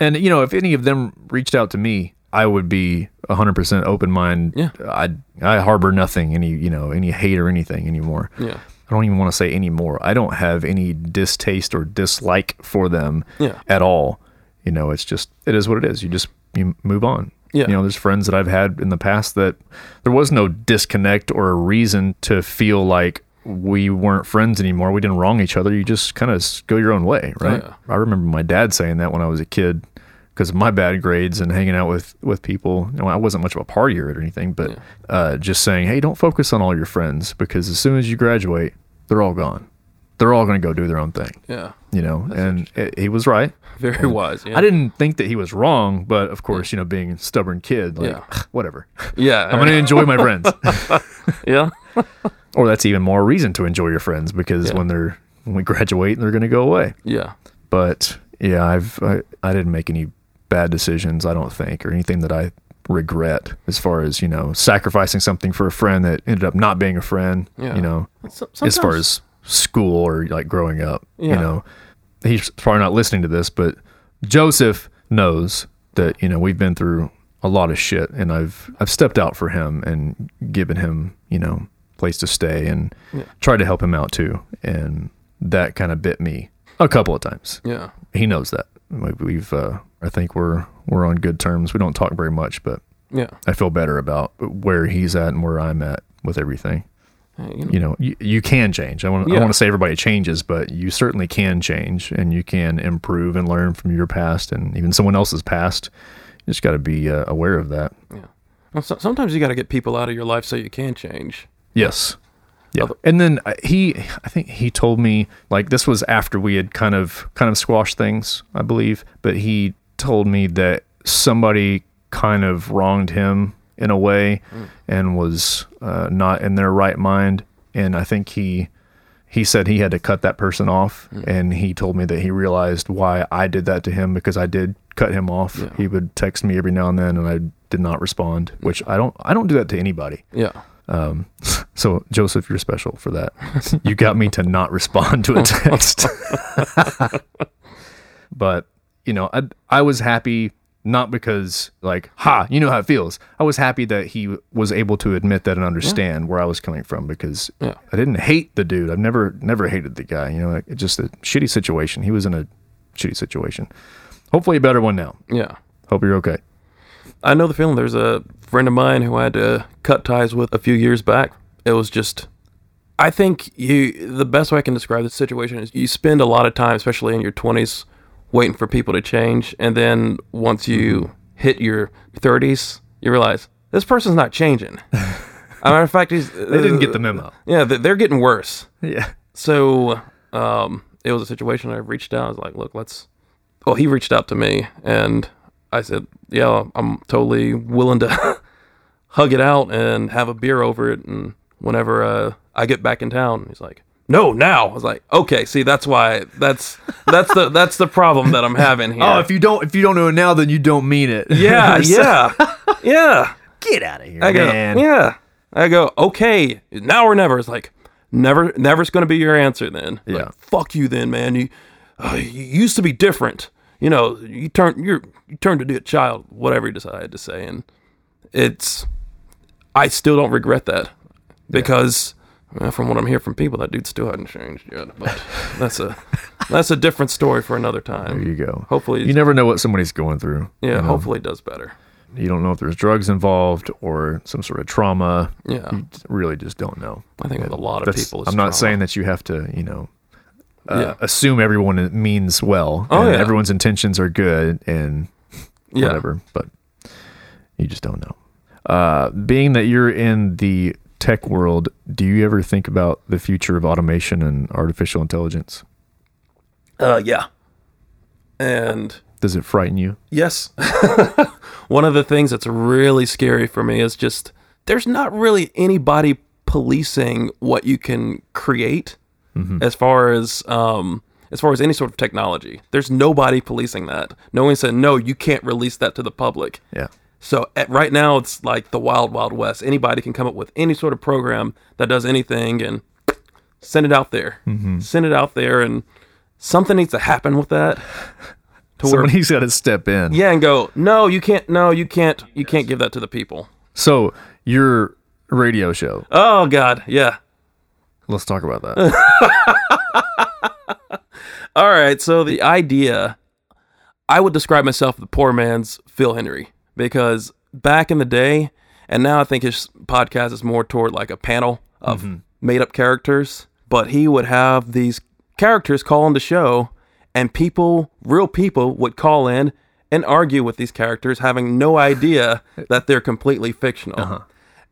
[SPEAKER 2] And you know, if any of them reached out to me, I would be 100% open mind.
[SPEAKER 3] Yeah.
[SPEAKER 2] I I harbor nothing any, you know, any hate or anything anymore.
[SPEAKER 3] Yeah.
[SPEAKER 2] I don't even want to say anymore. I don't have any distaste or dislike for them
[SPEAKER 3] Yeah.
[SPEAKER 2] at all. You know, it's just it is what it is. You just you move on.
[SPEAKER 3] Yeah.
[SPEAKER 2] You know, there's friends that I've had in the past that there was no disconnect or a reason to feel like we weren't friends anymore. We didn't wrong each other. You just kind of go your own way, right?
[SPEAKER 3] Yeah.
[SPEAKER 2] I remember my dad saying that when I was a kid because of my bad grades and hanging out with with people. You know, I wasn't much of a partier or anything, but uh, just saying, hey, don't focus on all your friends because as soon as you graduate, they're all gone. They're all going to go do their own thing,
[SPEAKER 3] Yeah,
[SPEAKER 2] you know. and it, he was right.
[SPEAKER 3] very wise. Yeah,
[SPEAKER 2] I didn't think that he was wrong, but of course, you know, being a stubborn kid, like
[SPEAKER 3] Yeah.
[SPEAKER 2] whatever.
[SPEAKER 3] Yeah,
[SPEAKER 2] I'm going to enjoy my friends.
[SPEAKER 3] yeah,
[SPEAKER 2] or that's even more reason to enjoy your friends because
[SPEAKER 3] Yeah.
[SPEAKER 2] when they're when we graduate, they're going to go away.
[SPEAKER 3] yeah,
[SPEAKER 2] but yeah i've I, I didn't make any bad decisions i don't think or anything that i regret as far as you know sacrificing something for a friend that ended up not being a friend
[SPEAKER 3] yeah.
[SPEAKER 2] you know
[SPEAKER 3] So-
[SPEAKER 2] as far
[SPEAKER 3] sometimes-
[SPEAKER 2] as school or like growing up. You
[SPEAKER 3] Yeah.
[SPEAKER 2] know, he's probably not listening to this, but Joseph knows that you know we've been through a lot of shit, and I've I've stepped out for him and given him you know place to stay and tried to help him out too, and that kind of bit me a couple of times.
[SPEAKER 3] Yeah.
[SPEAKER 2] He knows that Like, we've uh, I think we're we're on good terms. We don't talk very much, but
[SPEAKER 3] Yeah.
[SPEAKER 2] I feel better about where he's at and where I'm at with everything.
[SPEAKER 3] Hey, you know,
[SPEAKER 2] You know, you, you can change. I want I
[SPEAKER 3] Yeah.
[SPEAKER 2] want to say everybody changes, but you certainly can change and you can improve and learn from your past and even someone else's past. You just got to be uh, aware of that.
[SPEAKER 3] well, so- sometimes you got to get people out of your life so you can change.
[SPEAKER 2] Yes. Yeah.
[SPEAKER 3] Other-
[SPEAKER 2] And then I- he I think he told me like this was after we had kind of kind of squashed things, I believe, but he told me that somebody kind of wronged him in a way and was uh, not in their right mind and I think he he said he had to cut that person off and he told me that he realized why I did that to him because I did cut him off. He would text me every now and then and I did not respond, which I don't I don't do that to anybody.
[SPEAKER 3] Yeah.
[SPEAKER 2] So Joseph, you're special for that. You got me to not respond to a text. but you know, I I was happy not because like ha, you know how it feels. I was happy that he was able to admit that and understand where I was coming from because
[SPEAKER 3] Yeah.
[SPEAKER 2] I didn't hate the dude. I've never never hated the guy. You know, like, it's just a shitty situation. He was in a shitty situation. Hopefully, a better one now.
[SPEAKER 3] Yeah.
[SPEAKER 2] Hope you're okay.
[SPEAKER 3] I know the feeling. There's a friend of mine who I had to cut ties with a few years back. It was just, I think you. The best way I can describe this situation is you spend a lot of time, especially in your 20s, waiting for people to change, and then once
[SPEAKER 2] Mm-hmm.
[SPEAKER 3] you hit your 30s, you realize this person's not changing. As a matter of fact, he's,
[SPEAKER 2] They didn't get the memo.
[SPEAKER 3] Yeah, they- they're getting worse.
[SPEAKER 2] Yeah.
[SPEAKER 3] So um, it was a situation I reached out. I was like, look, let's. Well, he reached out to me and I said, yeah, I'm totally willing to hug it out and have a beer over it. And whenever uh, I get back in town, he's like, no, now. I was like, okay, see, that's why that's that's the that's the problem that I'm having here.
[SPEAKER 2] Oh, if you don't if you don't know it now, then you don't mean it.
[SPEAKER 3] yeah, yeah, yeah.
[SPEAKER 1] Get out of here.
[SPEAKER 3] I go,
[SPEAKER 2] Man.
[SPEAKER 3] yeah. I go, okay, now or never. It's like, never, never's going to be your answer then. Like,
[SPEAKER 2] Yeah.
[SPEAKER 3] fuck you then, man. You, uh, you used to be different. You know, you turned, you're, you turned to be a child, whatever he decided to say. And it's, I still don't regret that because uh, from what I'm hearing from people, that dude still hadn't changed yet. But that's a, that's a different story for another time.
[SPEAKER 2] There you go.
[SPEAKER 3] Hopefully,
[SPEAKER 2] you never know what somebody's going through.
[SPEAKER 3] yeah,
[SPEAKER 2] you know?
[SPEAKER 3] hopefully it does better.
[SPEAKER 2] you don't know if there's drugs involved or some sort of trauma.
[SPEAKER 3] Yeah.
[SPEAKER 2] You really just don't know.
[SPEAKER 3] I think with a lot of
[SPEAKER 2] That's-
[SPEAKER 3] people,
[SPEAKER 2] I'm
[SPEAKER 3] it's trauma.
[SPEAKER 2] not saying that you have to, you know, uh,
[SPEAKER 3] Yeah.
[SPEAKER 2] assume everyone means well.
[SPEAKER 3] Oh,
[SPEAKER 2] and
[SPEAKER 3] yeah.
[SPEAKER 2] Everyone's intentions are good and
[SPEAKER 3] yeah.
[SPEAKER 2] whatever, but you just don't know. Uh, being that you're in the tech world, do you ever think about the future of automation and artificial intelligence?
[SPEAKER 3] Uh, yeah. And
[SPEAKER 2] Does it frighten you?
[SPEAKER 3] yes, one of the things that's really scary for me is just there's not really anybody policing what you can create as far as um as far as any sort of technology. There's nobody policing that. No one said no, you can't release that to the public.
[SPEAKER 2] Yeah.
[SPEAKER 3] So at, right now it's like the wild wild west. Anybody can come up with any sort of program that does anything and send it out there. Send it out there and something needs to happen with that. To where
[SPEAKER 2] Somebody's got to step in.
[SPEAKER 3] yeah, and go, "No, you can't. No, you can't. You can't give that to the people."
[SPEAKER 2] So your radio show.
[SPEAKER 3] Oh god. Yeah.
[SPEAKER 2] Let's talk about that.
[SPEAKER 3] All right, so the idea I would describe myself as the poor man's Phil Henry because back in the day, and now I think his podcast is more toward like a panel of made up characters, but he would have these characters call on the show, and people, real people, would call in and argue with these characters, having no idea that they're completely fictional.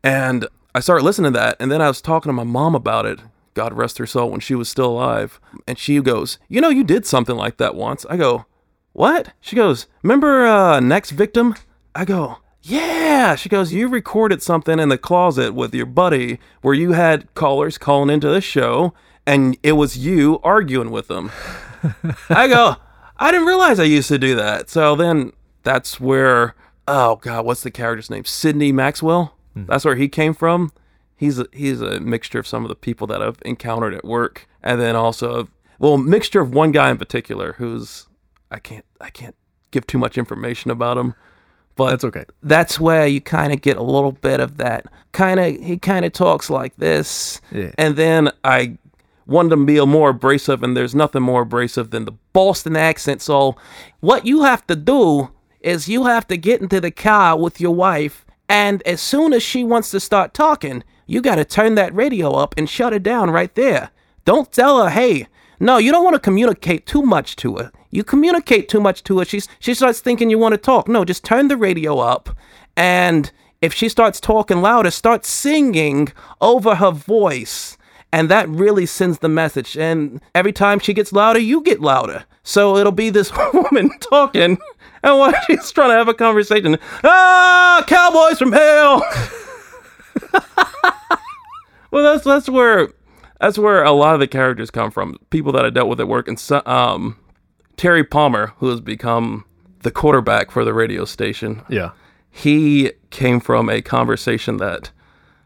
[SPEAKER 3] And I started listening to that. And then I was talking to my mom about it, God rest her soul, when she was still alive. And she goes, You know, you did something like that once. I go, What? She goes, Remember uh, Next Victim? I go, Yeah. She goes, You recorded something in the closet with your buddy where you had callers calling into the show and it was you arguing with them. I go, I didn't realize I used to do that. So then that's where, oh God, what's the character's name? Sidney Maxwell.
[SPEAKER 2] Hmm.
[SPEAKER 3] That's where he came from. He's a, he's a mixture of some of the people that I've encountered at work and then also well, mixture of one guy in particular who's I can't I can't give too much information about him, but
[SPEAKER 2] That's okay.
[SPEAKER 5] that's where you kind of get a little bit of that kind of he kind of talks like this
[SPEAKER 2] Yeah.
[SPEAKER 3] And then I wanted to be more abrasive, and there's nothing more abrasive than the
[SPEAKER 5] boston accent so what you have to do is you have to get into the car with your wife and as soon as she wants to start talking you got to turn that radio up and shut her down right there don't tell her hey no you don't want to communicate too much to her you communicate too much to her she's, she starts thinking you want to talk no just turn the radio up and if she starts talking louder, start singing over her voice. And that really sends the message. And every time she gets louder, you get louder. So it'll be this woman talking, and while she's trying to have a conversation, ah, cowboys from hell.
[SPEAKER 3] well that's that's where that's where a lot of the characters come from people that i dealt with at work and so, um terry palmer who has become the quarterback for the radio station
[SPEAKER 2] Yeah.
[SPEAKER 3] he came from a conversation that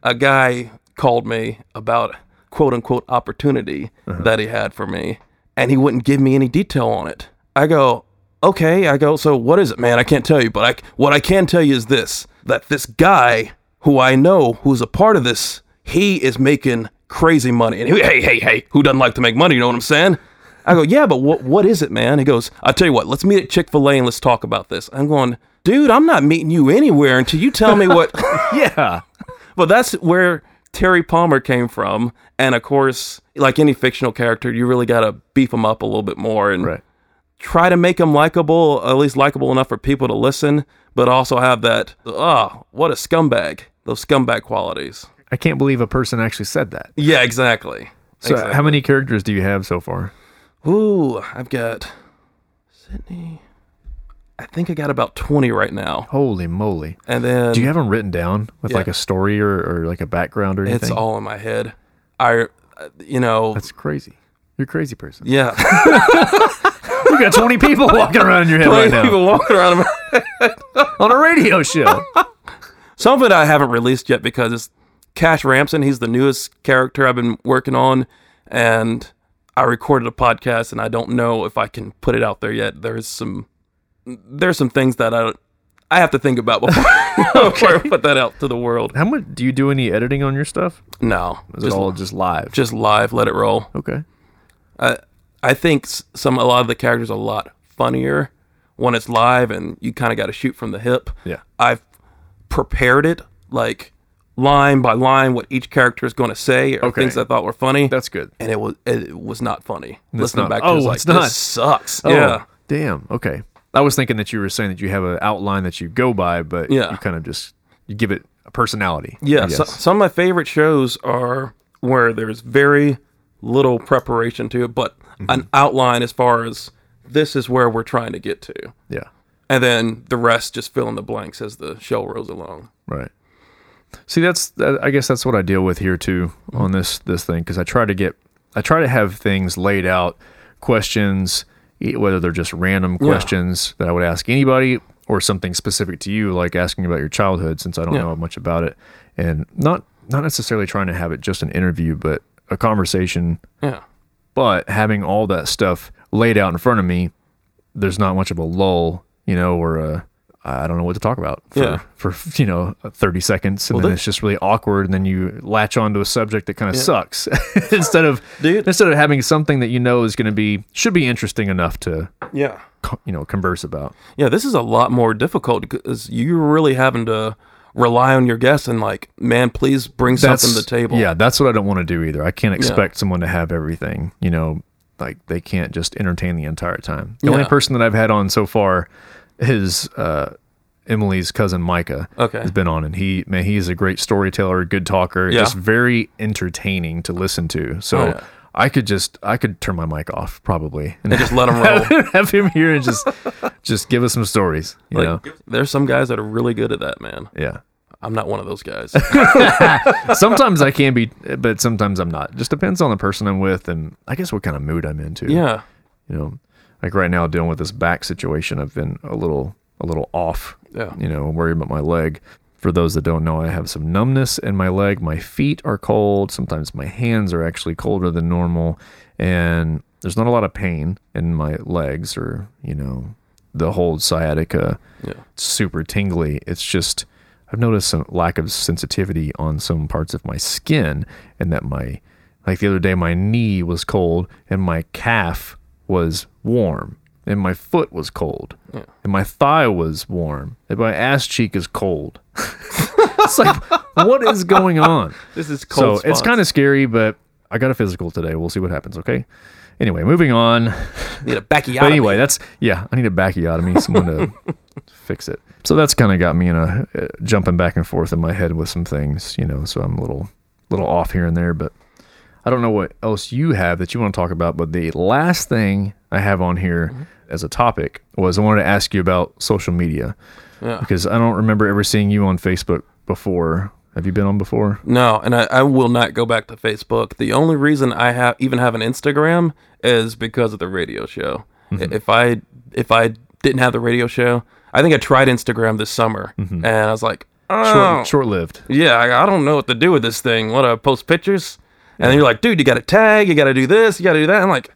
[SPEAKER 3] a guy called me about quote unquote opportunity that he had for me and he wouldn't give me any detail on it i go okay i go so what is it man i can't tell you but I, c- what i can tell you is this that this guy who i know who's a part of this he is making crazy money and he, hey hey hey who doesn't like to make money you know what i'm saying I go, yeah, but what what is it, man? He goes, I'll tell you what, let's meet at Chick fil A and let's talk about this. I'm going, dude, I'm not meeting you anywhere until you tell me what.
[SPEAKER 2] Yeah.
[SPEAKER 3] but that's where Terry Palmer came from. And of course, like any fictional character, you really got to beef them up a little bit more and
[SPEAKER 2] Right.
[SPEAKER 3] try to make them likable, at least likable enough for people to listen, but also have that, oh, what a scumbag, those scumbag qualities.
[SPEAKER 2] I can't believe a person actually said that.
[SPEAKER 3] Yeah, exactly.
[SPEAKER 2] So, uh,
[SPEAKER 3] exactly.
[SPEAKER 2] how many characters do you have so far?
[SPEAKER 3] Ooh, I've got Sydney. I think I got about 20 right now.
[SPEAKER 2] Holy moly!
[SPEAKER 3] And then
[SPEAKER 2] Do you have them written down with
[SPEAKER 3] Yeah.
[SPEAKER 2] like a story or, or like a background or anything?
[SPEAKER 3] it's all in my head. I, uh, you know,
[SPEAKER 2] That's crazy. You're a crazy person.
[SPEAKER 3] yeah.
[SPEAKER 2] You got 20 people walking around in your head right now
[SPEAKER 3] people walking around.
[SPEAKER 2] on a radio show.
[SPEAKER 3] Some of it I haven't released yet because it's Cash Ramson. He's the newest character I've been working on. And I recorded a podcast and I don't know if I can put it out there yet. There's some, there's some things that I don't, I have to think about before, before I put that out to the world.
[SPEAKER 2] How much do you do any editing on your stuff?
[SPEAKER 3] No,
[SPEAKER 2] Is
[SPEAKER 3] just,
[SPEAKER 2] it all just live?
[SPEAKER 3] just live, let it roll.
[SPEAKER 2] okay.
[SPEAKER 3] I think s- some a lot of the characters are a lot funnier when it's live and you kind of got to shoot from the hip.
[SPEAKER 2] Yeah.
[SPEAKER 3] I've prepared it like line by line what each character is going to say or
[SPEAKER 2] Okay.
[SPEAKER 3] things I thought were funny.
[SPEAKER 2] That's good.
[SPEAKER 3] and it was it was not funny. Listening
[SPEAKER 2] not-
[SPEAKER 3] back to
[SPEAKER 2] oh,
[SPEAKER 3] it, it's like
[SPEAKER 2] it's not.
[SPEAKER 3] this sucks.
[SPEAKER 2] Oh,
[SPEAKER 3] Yeah.
[SPEAKER 2] Damn. Okay. I was thinking that you were saying that you have an outline that you go by, but
[SPEAKER 3] Yeah.
[SPEAKER 2] you kind of just you give it a personality. I
[SPEAKER 3] Yeah, so,
[SPEAKER 2] guess.
[SPEAKER 3] some of my favorite shows are where there's very little preparation to it, but
[SPEAKER 2] Mm-hmm.
[SPEAKER 3] an outline as far as this is where we're trying to get to.
[SPEAKER 2] yeah.
[SPEAKER 3] And then the rest just fill in the blanks as the show rolls along.
[SPEAKER 2] Right. See, that's that, I guess that's what I deal with here too on this this thing because I try to get I try to have things laid out, questions, e- whether they're just random questions that I would ask anybody or something specific to you, like asking about your childhood, since I don't
[SPEAKER 3] Yeah.
[SPEAKER 2] know much about it, and not not necessarily trying to have it just an interview, but a conversation.
[SPEAKER 3] Yeah.
[SPEAKER 2] But having all that stuff laid out in front of me, there's not much of a lull, you know, or a I don't know what to talk about for,
[SPEAKER 3] Yeah.
[SPEAKER 2] for you know 30 seconds, and
[SPEAKER 3] Well,
[SPEAKER 2] then
[SPEAKER 3] that-
[SPEAKER 2] it's just really awkward, and then you latch onto a subject that kind of sucks instead of
[SPEAKER 3] Dude.
[SPEAKER 2] instead of having something that you know is going to be should be interesting enough to
[SPEAKER 3] Yeah.
[SPEAKER 2] co- you know converse about.
[SPEAKER 3] Yeah, this is a lot more difficult because you're really having to rely on your guests and like, man, please bring something to the table.
[SPEAKER 2] Yeah, that's what I don't want to do either. I can't expect someone to have everything, you know, like they can't just entertain the entire time. The only
[SPEAKER 3] Yeah.
[SPEAKER 2] person that I've had on so far is uh, Emily's cousin Micah.
[SPEAKER 3] Okay.
[SPEAKER 2] Has been on and he man, he is a great storyteller, good talker,
[SPEAKER 3] Yeah.
[SPEAKER 2] just very entertaining to listen to. So
[SPEAKER 3] Oh, yeah.
[SPEAKER 2] I could just I could turn my mic off probably and
[SPEAKER 3] Just let them roll.
[SPEAKER 2] have him here and just just give us some stories. You know?
[SPEAKER 3] Like, there's some guys that are really good at that, man.
[SPEAKER 2] Yeah.
[SPEAKER 3] I'm not one of those guys.
[SPEAKER 2] sometimes I can be, but sometimes I'm not. Just depends on the person I'm with, and I guess what kind of mood I'm in too.
[SPEAKER 3] yeah.
[SPEAKER 2] you know, like right now dealing with this back situation, I've been a little, a little off.
[SPEAKER 3] Yeah.
[SPEAKER 2] you know, worried about my leg. For those that don't know, I have some numbness in my leg. My feet are cold. Sometimes my hands are actually colder than normal, and there's not a lot of pain in my legs or you know the whole sciatica
[SPEAKER 3] Yeah.
[SPEAKER 2] super tingly it's just i've noticed some lack of sensitivity on some parts of my skin and that my like the other day my knee was cold and my calf was warm and my foot was cold and my thigh was warm and my ass cheek is cold it's like what is going on
[SPEAKER 3] This is
[SPEAKER 2] so
[SPEAKER 3] cold.
[SPEAKER 2] it's kind of scary, but I got a physical today. We'll see what happens. Okay. Anyway, moving on.
[SPEAKER 5] Need a backy
[SPEAKER 2] But anyway, that's yeah. I need a bacchiotomy. Someone to fix it. So that's kind of got me in a uh, jumping back and forth in my head with some things, you know. So I'm a little little off here and there, but I don't know what else you have that you want to talk about. But the last thing I have on here as a topic was I wanted to ask you about social media
[SPEAKER 3] Yeah.
[SPEAKER 2] because I don't remember ever seeing you on Facebook before. Have you been on before?
[SPEAKER 3] No, and I, I will not go back to Facebook. The only reason I have even have an Instagram is because of the radio show.
[SPEAKER 2] Mm-hmm.
[SPEAKER 3] I- If I if I didn't have the radio show, I think I tried Instagram this summer, and I was like, oh,
[SPEAKER 2] Mm-hmm. Short lived.
[SPEAKER 3] yeah, I, I don't know what to do with this thing. What I post pictures, and then you're like, dude, you got to tag, you got to do this, you got to do that. I'm like,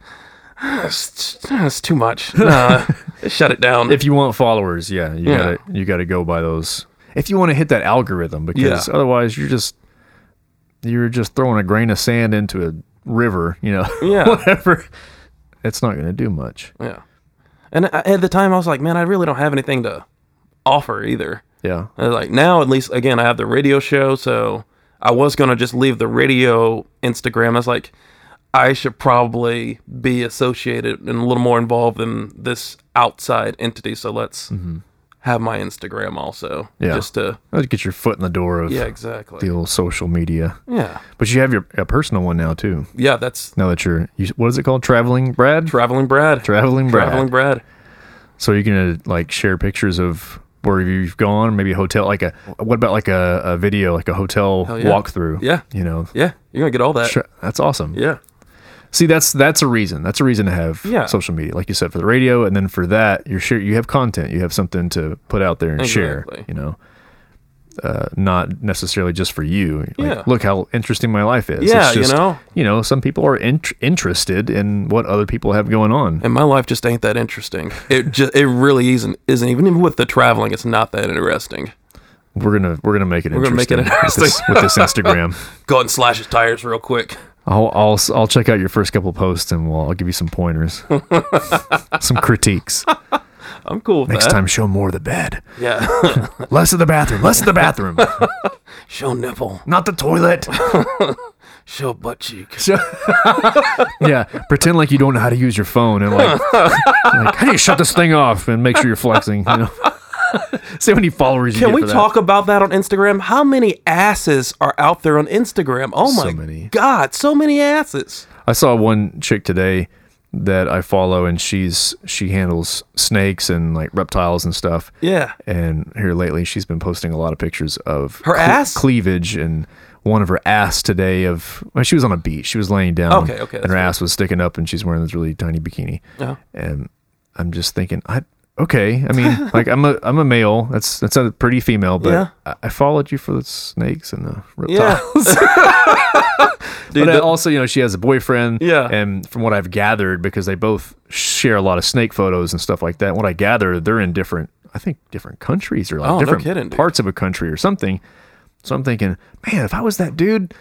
[SPEAKER 3] "Ah, it's, it's too much. Nah, shut it down.
[SPEAKER 2] if you want followers, yeah, you
[SPEAKER 3] Yeah.
[SPEAKER 2] gotta you gotta go by those. If you want to hit that algorithm, because
[SPEAKER 3] Yeah.
[SPEAKER 2] otherwise you're just you're just throwing a grain of sand into a river, you know.
[SPEAKER 3] Yeah.
[SPEAKER 2] whatever. It's not gonna do much.
[SPEAKER 3] yeah, and I, at the time I was like, man, I really don't have anything to offer either.
[SPEAKER 2] Yeah.
[SPEAKER 3] And, Uh, like now, at least again, I have the radio show, so I was gonna just leave the radio Instagram. I was like, I should probably be associated and a little more involved in this outside entity. So let's have my Instagram also,
[SPEAKER 2] Mm-hmm. Yeah.
[SPEAKER 3] just to
[SPEAKER 2] Let's get your foot in the door of
[SPEAKER 3] yeah, exactly,
[SPEAKER 2] the old social media.
[SPEAKER 3] yeah,
[SPEAKER 2] But you have your a personal one now too.
[SPEAKER 3] yeah. That's
[SPEAKER 2] Now that you're you, what is it called? Traveling Brad?
[SPEAKER 3] traveling Brad,
[SPEAKER 2] Traveling Brad.
[SPEAKER 3] traveling Brad.
[SPEAKER 2] So you're gonna like share pictures of where you've gone, maybe a hotel, like a what about like a, a video, like a hotel
[SPEAKER 3] yeah.
[SPEAKER 2] walkthrough?
[SPEAKER 3] Yeah.
[SPEAKER 2] you know,
[SPEAKER 3] Yeah, you're gonna get all that.
[SPEAKER 2] Sure. That's awesome.
[SPEAKER 3] Yeah,
[SPEAKER 2] See, that's that's a reason. That's a reason to have
[SPEAKER 3] Yeah.
[SPEAKER 2] social media, like you said, for the radio, and then for that, you're sure you have content, you have something to put out there and share.
[SPEAKER 3] Exactly.
[SPEAKER 2] You know, uh, not necessarily just for you. Like,
[SPEAKER 3] Yeah.
[SPEAKER 2] Look how interesting my life is.
[SPEAKER 3] Yeah,
[SPEAKER 2] It's
[SPEAKER 3] you
[SPEAKER 2] just,
[SPEAKER 3] know?
[SPEAKER 2] You know, some people are int- interested in what other people have going on.
[SPEAKER 3] and my life just ain't that interesting. It just it really isn't isn't even even with the traveling. It's not that interesting.
[SPEAKER 2] We're gonna we're gonna make it
[SPEAKER 3] gonna make
[SPEAKER 2] interesting.
[SPEAKER 3] it interesting.
[SPEAKER 2] with, this, with this Instagram.
[SPEAKER 3] Go ahead and slash his tires real quick.
[SPEAKER 2] I'll, I'll s- I'll check out your first couple posts and we'll, I'll give you some pointers, some critiques.
[SPEAKER 3] I'm cool with
[SPEAKER 2] Next
[SPEAKER 3] that.
[SPEAKER 2] time, show more of the bed,
[SPEAKER 3] Yeah.
[SPEAKER 2] less of the bathroom, less of the bathroom.
[SPEAKER 3] Show nipple.
[SPEAKER 2] not the toilet.
[SPEAKER 3] Show butt cheek.
[SPEAKER 2] yeah, pretend like you don't know how to use your phone and like, like how do you shut this thing off and make sure you're flexing? You know, see how many followers you
[SPEAKER 3] Can
[SPEAKER 2] get
[SPEAKER 3] we
[SPEAKER 2] for that.
[SPEAKER 3] talk about that on Instagram? How many asses are out there on Instagram? Oh
[SPEAKER 2] So
[SPEAKER 3] my
[SPEAKER 2] many.
[SPEAKER 3] god, so many asses.
[SPEAKER 2] I saw one chick today that I follow, and she's she handles snakes and like reptiles and stuff.
[SPEAKER 3] Yeah.
[SPEAKER 2] And here lately, she's been posting a lot of pictures of
[SPEAKER 3] Her ass?
[SPEAKER 2] cleavage and one of her ass today. Of well, she was on a beach, she was laying down.
[SPEAKER 3] Okay, okay,
[SPEAKER 2] And
[SPEAKER 3] that's Uh-huh.
[SPEAKER 2] her ass was sticking up, and she's wearing this really tiny bikini.
[SPEAKER 3] Yeah.
[SPEAKER 2] And I'm just thinking, I okay. I mean, like I'm a I'm a male. That's that's a pretty female, but
[SPEAKER 3] Yeah.
[SPEAKER 2] I, I followed you for the snakes and the
[SPEAKER 3] Yeah.
[SPEAKER 2] reptiles.
[SPEAKER 3] Dude,
[SPEAKER 2] but uh,
[SPEAKER 3] that-
[SPEAKER 2] also, you know, she has a boyfriend.
[SPEAKER 3] Yeah.
[SPEAKER 2] And from what I've gathered, because they both share a lot of snake photos and stuff like that, what I gather, they're in different, I think, different countries or like
[SPEAKER 3] Oh, no
[SPEAKER 2] different
[SPEAKER 3] kidding, dude.
[SPEAKER 2] parts of a country or something. So I'm thinking, man, if I was that dude,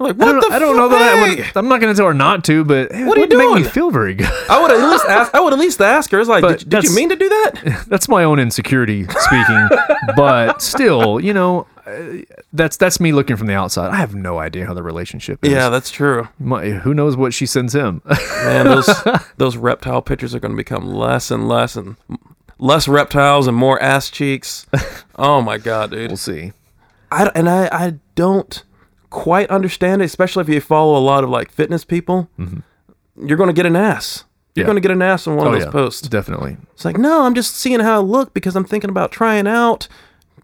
[SPEAKER 3] I'm like,
[SPEAKER 2] I
[SPEAKER 3] what
[SPEAKER 2] don't,
[SPEAKER 3] the
[SPEAKER 2] I don't know that I
[SPEAKER 3] fuck?
[SPEAKER 2] would, I'm not going to tell her not to, but eh, it
[SPEAKER 3] What are you
[SPEAKER 2] wouldn't make me
[SPEAKER 3] doing?
[SPEAKER 2] feel very good.
[SPEAKER 3] I would at least ask I would at least ask her. It's like,
[SPEAKER 2] But
[SPEAKER 3] did, did you
[SPEAKER 2] that's-
[SPEAKER 3] mean to do that?
[SPEAKER 2] that's my own insecurity speaking, but still, you know, eh, that's that's me looking from the outside. I have no idea how the relationship is.
[SPEAKER 3] Yeah, that's true.
[SPEAKER 2] My, who knows what she sends him?
[SPEAKER 3] Man, those those reptile pictures are going to become less and less and less reptiles and more ass cheeks. Oh my god, dude.
[SPEAKER 2] we'll see.
[SPEAKER 3] I d- and I, I don't quite understand it, especially if you follow a lot of like fitness people. You're going to get an ass. You're
[SPEAKER 2] Yeah.
[SPEAKER 3] going to get an ass on one
[SPEAKER 2] Oh,
[SPEAKER 3] of those
[SPEAKER 2] yeah,
[SPEAKER 3] posts.
[SPEAKER 2] Definitely.
[SPEAKER 3] It's like, no, I'm just seeing how I look because I'm thinking about trying out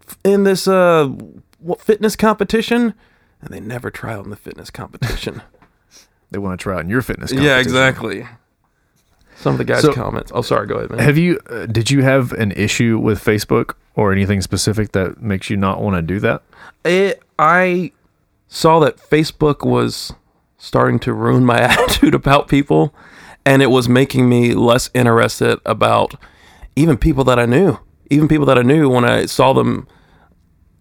[SPEAKER 3] f- in this uh what, fitness competition, and they never try out in the fitness competition.
[SPEAKER 2] they want to try out in your fitness.
[SPEAKER 3] yeah,
[SPEAKER 2] competition.
[SPEAKER 3] exactly. Some of the guys'
[SPEAKER 2] So-
[SPEAKER 3] comments. Oh, sorry. Go ahead, man.
[SPEAKER 2] Have you? Uh, did you have an issue with Facebook or anything specific that makes you not want to do that?
[SPEAKER 3] it, I saw that Facebook was starting to ruin my attitude about people, and it was making me less interested about even people that I knew. Even people that I knew when I saw them,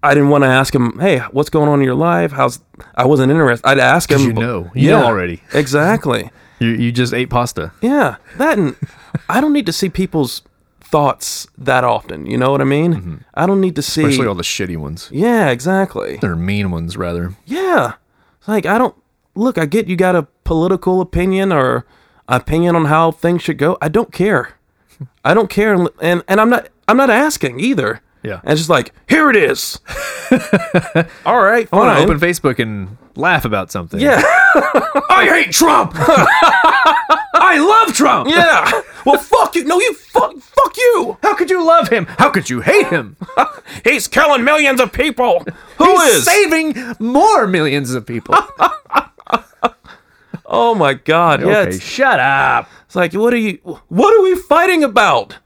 [SPEAKER 3] I didn't want to ask them, "Hey, what's going on in your life?" How's I wasn't interested. I'd ask them,
[SPEAKER 2] you know. You know already.
[SPEAKER 3] exactly.
[SPEAKER 2] You you just ate pasta.
[SPEAKER 3] Yeah, that and I don't need to see people's thoughts that often. You know what I mean? I don't need to see.
[SPEAKER 2] Mm-hmm. Especially all the shitty ones.
[SPEAKER 3] yeah, exactly.
[SPEAKER 2] They're mean ones rather.
[SPEAKER 3] Yeah. It's Like, I don't look, I get you got a political opinion or opinion on how things should go. I don't care. I don't care and and, and I'm not I'm not asking either.
[SPEAKER 2] Yeah.
[SPEAKER 3] And it's just like, here it is. All right,
[SPEAKER 2] I want
[SPEAKER 3] fine.
[SPEAKER 2] to open Facebook and laugh about something.
[SPEAKER 3] yeah. I hate Trump.
[SPEAKER 2] I love Trump.
[SPEAKER 3] yeah. Well, fuck you. No, you fuck fuck you.
[SPEAKER 2] How could you love him? How could you hate him?
[SPEAKER 3] He's killing millions of people. Who is?
[SPEAKER 2] He's saving more millions of people.
[SPEAKER 3] oh my god. Yeah.
[SPEAKER 2] okay,
[SPEAKER 3] it's-
[SPEAKER 2] shut up.
[SPEAKER 3] It's like, what are you? What are we fighting about?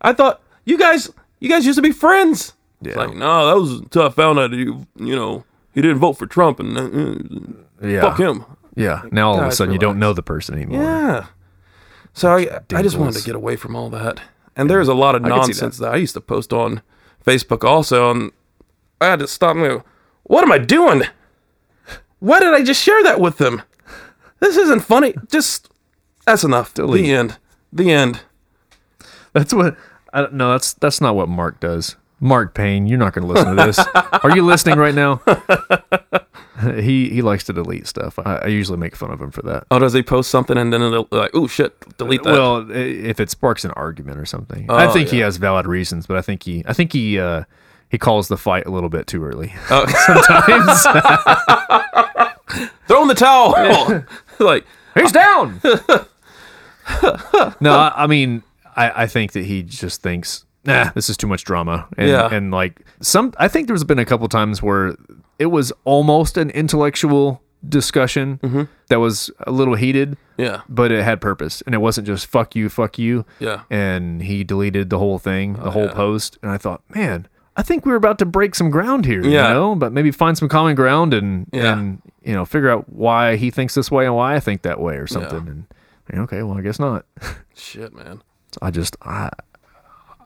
[SPEAKER 3] I thought you guys, you guys used to be friends. It's
[SPEAKER 2] Yeah.
[SPEAKER 3] like, no, that was until I found out you, you know, he didn't vote for Trump and uh, uh,
[SPEAKER 2] Yeah.
[SPEAKER 3] fuck him.
[SPEAKER 2] Yeah. Now all of a
[SPEAKER 3] Guys,
[SPEAKER 2] sudden you don't
[SPEAKER 3] relax.
[SPEAKER 2] know the person anymore.
[SPEAKER 3] Yeah. So I, I just wanted
[SPEAKER 2] Dingles.
[SPEAKER 3] to get away from all that. And there's a lot of
[SPEAKER 2] can see that.
[SPEAKER 3] nonsense that. I used to post on Facebook also, and I had to stop and go, what am I doing? Why did I just share that with them? This isn't funny. Just that's enough.
[SPEAKER 2] Delete.
[SPEAKER 3] The end. The end.
[SPEAKER 2] That's what. I don't, no, that's that's not what Mark does. Mark Payne, you're not going to listen to this. Are you listening right now? he he likes to delete stuff. I, I usually make fun of him for that.
[SPEAKER 3] Oh, does he post something and then it'll like, oh shit, delete that?
[SPEAKER 2] Well, i- if it sparks an argument or something, I
[SPEAKER 3] Oh,
[SPEAKER 2] think he
[SPEAKER 3] yeah.
[SPEAKER 2] has valid reasons, but I think he I think he uh, he calls the fight a little bit too early
[SPEAKER 3] Oh,
[SPEAKER 2] sometimes.
[SPEAKER 3] throw in the towel. like,
[SPEAKER 2] He's down. no, I, I mean, I, I think that he just thinks, nah, this is too much drama. And,
[SPEAKER 3] Yeah.
[SPEAKER 2] and like some, I think there's been a couple times where it was almost an intellectual discussion that was a little heated,
[SPEAKER 3] yeah,
[SPEAKER 2] but it had purpose. And it wasn't just fuck you, fuck you.
[SPEAKER 3] Yeah. Oh,
[SPEAKER 2] And he deleted the whole thing, the whole post. And I thought, man, I think we were about to break some ground here,
[SPEAKER 3] Yeah.
[SPEAKER 2] you know, but maybe find some common ground and,
[SPEAKER 3] Yeah.
[SPEAKER 2] and, you know, figure out why he thinks this way and why I think that way or something. And, and okay, well, I guess not.
[SPEAKER 3] shit, man.
[SPEAKER 2] I just, I,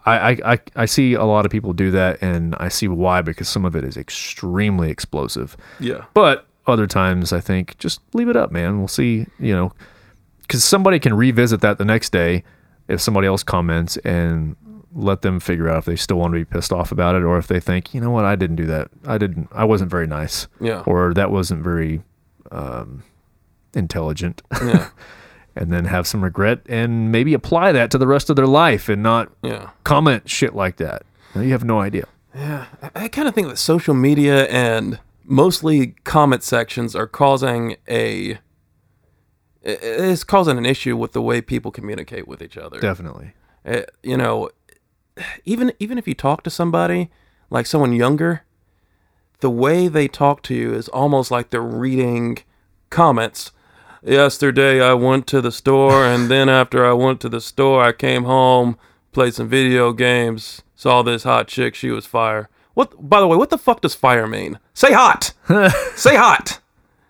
[SPEAKER 2] I, I, I- I see a lot of people do that and I see why, because some of it is extremely explosive.
[SPEAKER 3] Yeah,
[SPEAKER 2] But other times, I think just leave it up, man. We'll see, you know, because somebody can revisit that the next day if somebody else comments and let them figure out if they still want to be pissed off about it or if they think, you know what, I didn't do that. I didn't, I wasn't very nice.
[SPEAKER 3] Yeah.
[SPEAKER 2] Or that wasn't very um, intelligent.
[SPEAKER 3] Yeah.
[SPEAKER 2] and then have some regret and maybe apply that to the rest of their life and not
[SPEAKER 3] yeah.
[SPEAKER 2] comment shit like that. Now, you have no idea.
[SPEAKER 3] I kind of think that social media and mostly comment sections are causing a i- it's causing an issue with the way people communicate with each other.
[SPEAKER 2] Definitely.
[SPEAKER 3] Uh, you know, even even if you talk to somebody like someone younger, the way they talk to you is almost like they're reading comments. Yesterday I went to the store and then after I went to the store I came home, played some video games, saw this hot chick, she was fire. What by the way, what the fuck does fire mean? Say hot. say hot.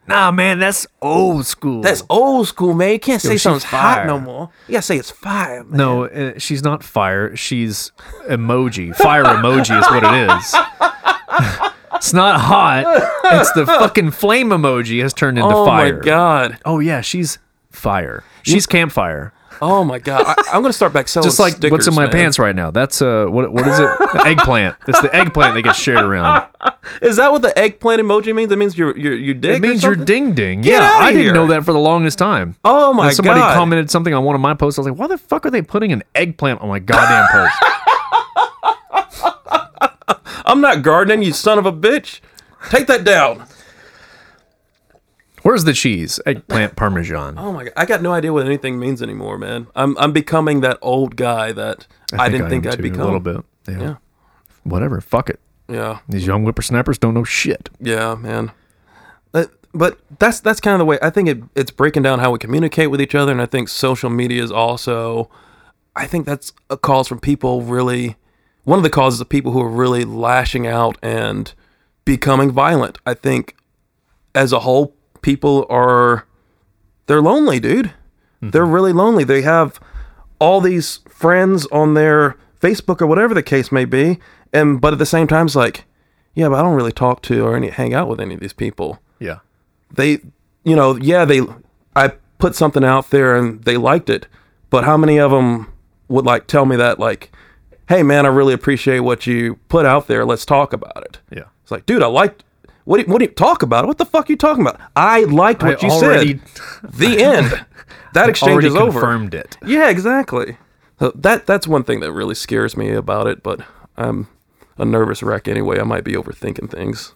[SPEAKER 2] Nah, man, that's old school.
[SPEAKER 5] That's old school, man. You can't say
[SPEAKER 2] she's
[SPEAKER 5] something's
[SPEAKER 2] fire.
[SPEAKER 5] hot no more. You gotta say it's fire, man.
[SPEAKER 2] No, uh, she's not fire. She's emoji. Fire emoji is what it is. it's not hot. It's the fucking flame emoji has turned into
[SPEAKER 3] oh
[SPEAKER 2] fire.
[SPEAKER 3] my god.
[SPEAKER 2] Oh yeah, she's fire. She's campfire.
[SPEAKER 3] Oh my god. I, am gonna start back selling
[SPEAKER 2] Just like
[SPEAKER 3] oh, stickers,
[SPEAKER 2] what's in my
[SPEAKER 3] man.
[SPEAKER 2] pants right now. That's uh what what is it? eggplant. It's the eggplant that gets shared around.
[SPEAKER 3] Is that what the eggplant emoji means? It means your your your dick.
[SPEAKER 2] It means
[SPEAKER 3] or
[SPEAKER 2] you're ding
[SPEAKER 3] something?
[SPEAKER 2] ding.
[SPEAKER 3] Get
[SPEAKER 2] yeah,
[SPEAKER 3] outta
[SPEAKER 2] I didn't
[SPEAKER 3] here.
[SPEAKER 2] know that for the longest time.
[SPEAKER 3] Oh my
[SPEAKER 2] Then somebody
[SPEAKER 3] god!
[SPEAKER 2] commented something on one of my posts. I was like, why the fuck are they putting an eggplant on my goddamn post?
[SPEAKER 3] I'm not gardening, you son of a bitch. Take that down.
[SPEAKER 2] Where's the cheese? Eggplant parmesan.
[SPEAKER 3] Oh my god! I got no idea what anything means anymore, man. I'm I'm becoming that old guy that I, didn't think
[SPEAKER 2] am
[SPEAKER 3] I'd
[SPEAKER 2] too,
[SPEAKER 3] become.
[SPEAKER 2] a little bit. Yeah.
[SPEAKER 3] Yeah.
[SPEAKER 2] Whatever. Fuck it.
[SPEAKER 3] Yeah,
[SPEAKER 2] These young whippersnappers don't know shit.
[SPEAKER 3] yeah, man. But, but that's that's kind of the way I think it, it's breaking down how we communicate with each other, and I think social media is also. I think that's a cause from people really. One of the causes of people who are really lashing out and becoming violent. I think as a whole, people are they're lonely, dude. They're really lonely. They have all these friends on their Facebook or whatever the case may be, and but at the same time, it's like, yeah, but I don't really talk to or any, hang out with any of these people.
[SPEAKER 2] Yeah.
[SPEAKER 3] They, you know, yeah, they. I put something out there and they liked it, but how many of them would like tell me that like, hey man, I really appreciate what you put out there. Let's talk about it.
[SPEAKER 2] Yeah.
[SPEAKER 3] It's like, dude, I liked. What do you, what do you talk about? What the fuck are you talking about? I liked what
[SPEAKER 2] I
[SPEAKER 3] you
[SPEAKER 2] already-
[SPEAKER 3] said. The end. That exchange
[SPEAKER 2] Already
[SPEAKER 3] is over.
[SPEAKER 2] confirmed it.
[SPEAKER 3] Yeah, exactly. So that that's one thing that really scares me about it. But I'm a nervous wreck anyway. I might be overthinking things.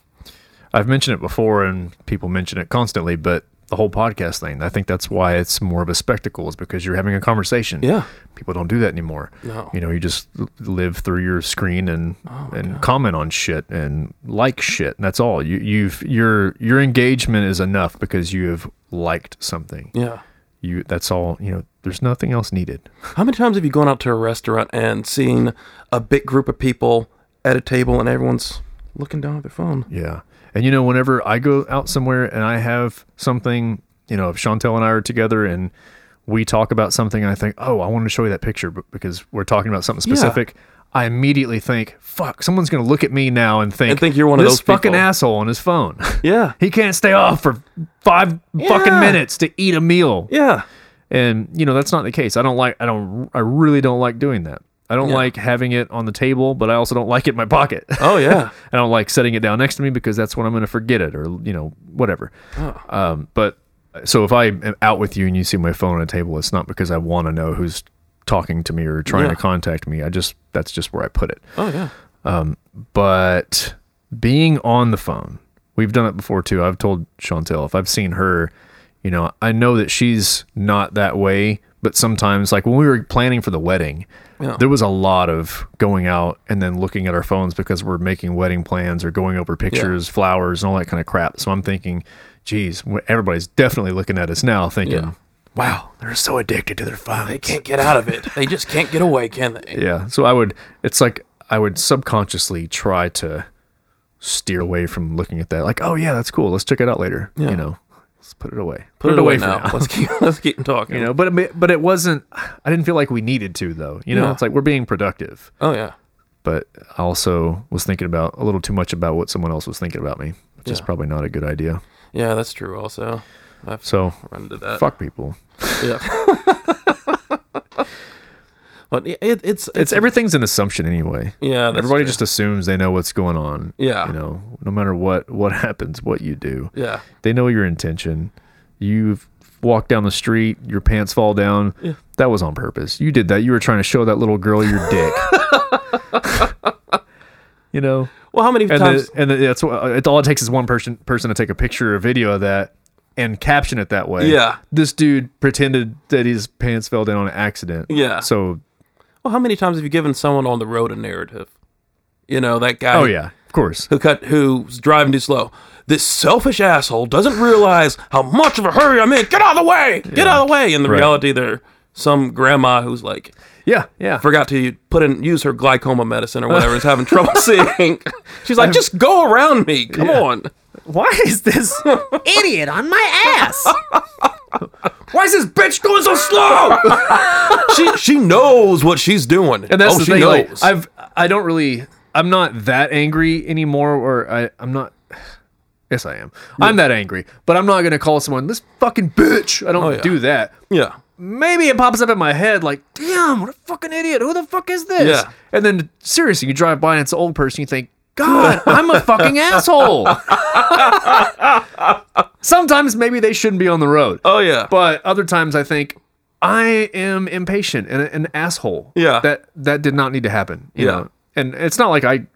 [SPEAKER 2] I've mentioned it before, and people mention it constantly, but the whole podcast thing, I think that's why it's more of a spectacle, is because you're having a conversation.
[SPEAKER 3] Yeah.
[SPEAKER 2] People don't do that anymore.
[SPEAKER 3] No. Oh
[SPEAKER 2] You know, you just l- live through your screen and and comment on shit and like shit, and that's all. You you've your your engagement is enough because you have liked something.
[SPEAKER 3] Yeah.
[SPEAKER 2] You that's all. You know, there's nothing else needed.
[SPEAKER 3] How many times have you gone out to a restaurant and seen a big group of people at a table and everyone's looking down at their phone?
[SPEAKER 2] Yeah. And you know, whenever I go out somewhere and I have something, you know, if Chantel and I are together and we talk about something, and I think, oh, I want to show you that picture b- because we're talking about something specific. I immediately think, fuck, someone's going to look at me now and think,
[SPEAKER 3] And think you're one of
[SPEAKER 2] this
[SPEAKER 3] those
[SPEAKER 2] fucking
[SPEAKER 3] people."
[SPEAKER 2] asshole on his phone.
[SPEAKER 3] Yeah.
[SPEAKER 2] he can't stay off for five fucking
[SPEAKER 3] Yeah.
[SPEAKER 2] minutes to eat a meal.
[SPEAKER 3] Yeah.
[SPEAKER 2] And you know, that's not the case. I don't like I don't I really don't like doing that. I don't like having it on the table, but I also don't like it in my pocket.
[SPEAKER 3] Oh yeah.
[SPEAKER 2] I don't like setting it down next to me because that's when I'm going to forget it or you know whatever. Um, but so if I am out with you and you see my phone on a table, it's not because I want to know who's talking to me or trying
[SPEAKER 3] Yeah.
[SPEAKER 2] to contact me. I just that's just where I put it.
[SPEAKER 3] oh yeah.
[SPEAKER 2] But being on the phone, we've done it before too. I've told Chantel if I've seen her, you know, I know that she's not that way. But sometimes, like when we were planning for the wedding,
[SPEAKER 3] Yeah.
[SPEAKER 2] there was a lot of going out and then looking at our phones because we're making wedding plans or going over pictures, flowers, and all that kind of crap. So I'm thinking, geez, wh- everybody's definitely looking at us now, thinking,
[SPEAKER 3] Yeah.
[SPEAKER 2] wow, they're so addicted to their phones.
[SPEAKER 5] They can't get out of it. They just can't get away, can they?
[SPEAKER 2] Yeah. So I would, it's like I would subconsciously try to steer away from looking at that. Like, oh, yeah, that's cool. Let's check it out later.
[SPEAKER 3] Yeah.
[SPEAKER 2] You know, let's put it away.
[SPEAKER 3] Put it away
[SPEAKER 2] for
[SPEAKER 3] now. Let's keep let's keep talking.
[SPEAKER 2] You know, but it- but it wasn't. I didn't feel like we needed to though. You know,
[SPEAKER 3] Yeah.
[SPEAKER 2] it's like we're being productive,
[SPEAKER 3] Oh yeah.
[SPEAKER 2] but I also was thinking about a little too much about what someone else was thinking about me, which is
[SPEAKER 3] Yeah.
[SPEAKER 2] probably not a good idea.
[SPEAKER 3] Yeah, that's true. Also, I've
[SPEAKER 2] So
[SPEAKER 3] run into that.
[SPEAKER 2] fuck people.
[SPEAKER 3] Yeah. but it, it, it's
[SPEAKER 2] It's everything's an assumption anyway.
[SPEAKER 3] yeah. That's
[SPEAKER 2] Everybody
[SPEAKER 3] true.
[SPEAKER 2] just assumes they know what's going on.
[SPEAKER 3] Yeah.
[SPEAKER 2] You know, no matter what what happens, what you do.
[SPEAKER 3] yeah.
[SPEAKER 2] They know your intention. You walk down the street, your pants fall down. That was on purpose. You did that. You were trying to show that little girl your dick. you know,
[SPEAKER 3] Well, how many
[SPEAKER 2] and
[SPEAKER 3] times?
[SPEAKER 2] the, and the, that's what it's all it takes is one person person to take a picture or video of that and caption it that way.
[SPEAKER 3] Yeah.
[SPEAKER 2] this dude pretended that his pants fell down on accident.
[SPEAKER 3] Yeah.
[SPEAKER 2] so
[SPEAKER 3] well, how many times have you given someone on the road a narrative? You know that guy.
[SPEAKER 2] oh yeah, of course.
[SPEAKER 3] Who cut? Who's driving too slow? This selfish asshole doesn't realize how much of a hurry I'm in. Get out of the way! Get out of the way! In the
[SPEAKER 2] Right.
[SPEAKER 3] reality, they're some grandma who's like
[SPEAKER 2] Yeah, yeah.
[SPEAKER 3] forgot to put in use her glaucoma medicine or whatever is having trouble seeing. She's like, just go around me. Come on.
[SPEAKER 2] Why is this?
[SPEAKER 4] Idiot on my ass.
[SPEAKER 2] Why is this bitch going so slow?
[SPEAKER 3] she she knows what she's doing.
[SPEAKER 2] And that's
[SPEAKER 3] oh,
[SPEAKER 2] the
[SPEAKER 3] she
[SPEAKER 2] thing. like,
[SPEAKER 3] knows.
[SPEAKER 2] I've I don't really I'm not that angry anymore, or I I'm not. Yes, I am. I'm that angry, but I'm not gonna call someone this fucking bitch. I don't
[SPEAKER 3] Oh, yeah.
[SPEAKER 2] do that.
[SPEAKER 3] yeah.
[SPEAKER 2] Maybe it pops up in my head like, damn, what a fucking idiot. Who the fuck is this?
[SPEAKER 3] Yeah.
[SPEAKER 2] And then seriously, you drive by and it's an old person. You think, God, I'm a fucking asshole. Sometimes maybe they shouldn't be on the road.
[SPEAKER 3] Oh yeah.
[SPEAKER 2] But other times I think I am impatient and an asshole.
[SPEAKER 3] Yeah.
[SPEAKER 2] That that did not need to happen. You
[SPEAKER 3] Yeah.
[SPEAKER 2] Know? And it's not like I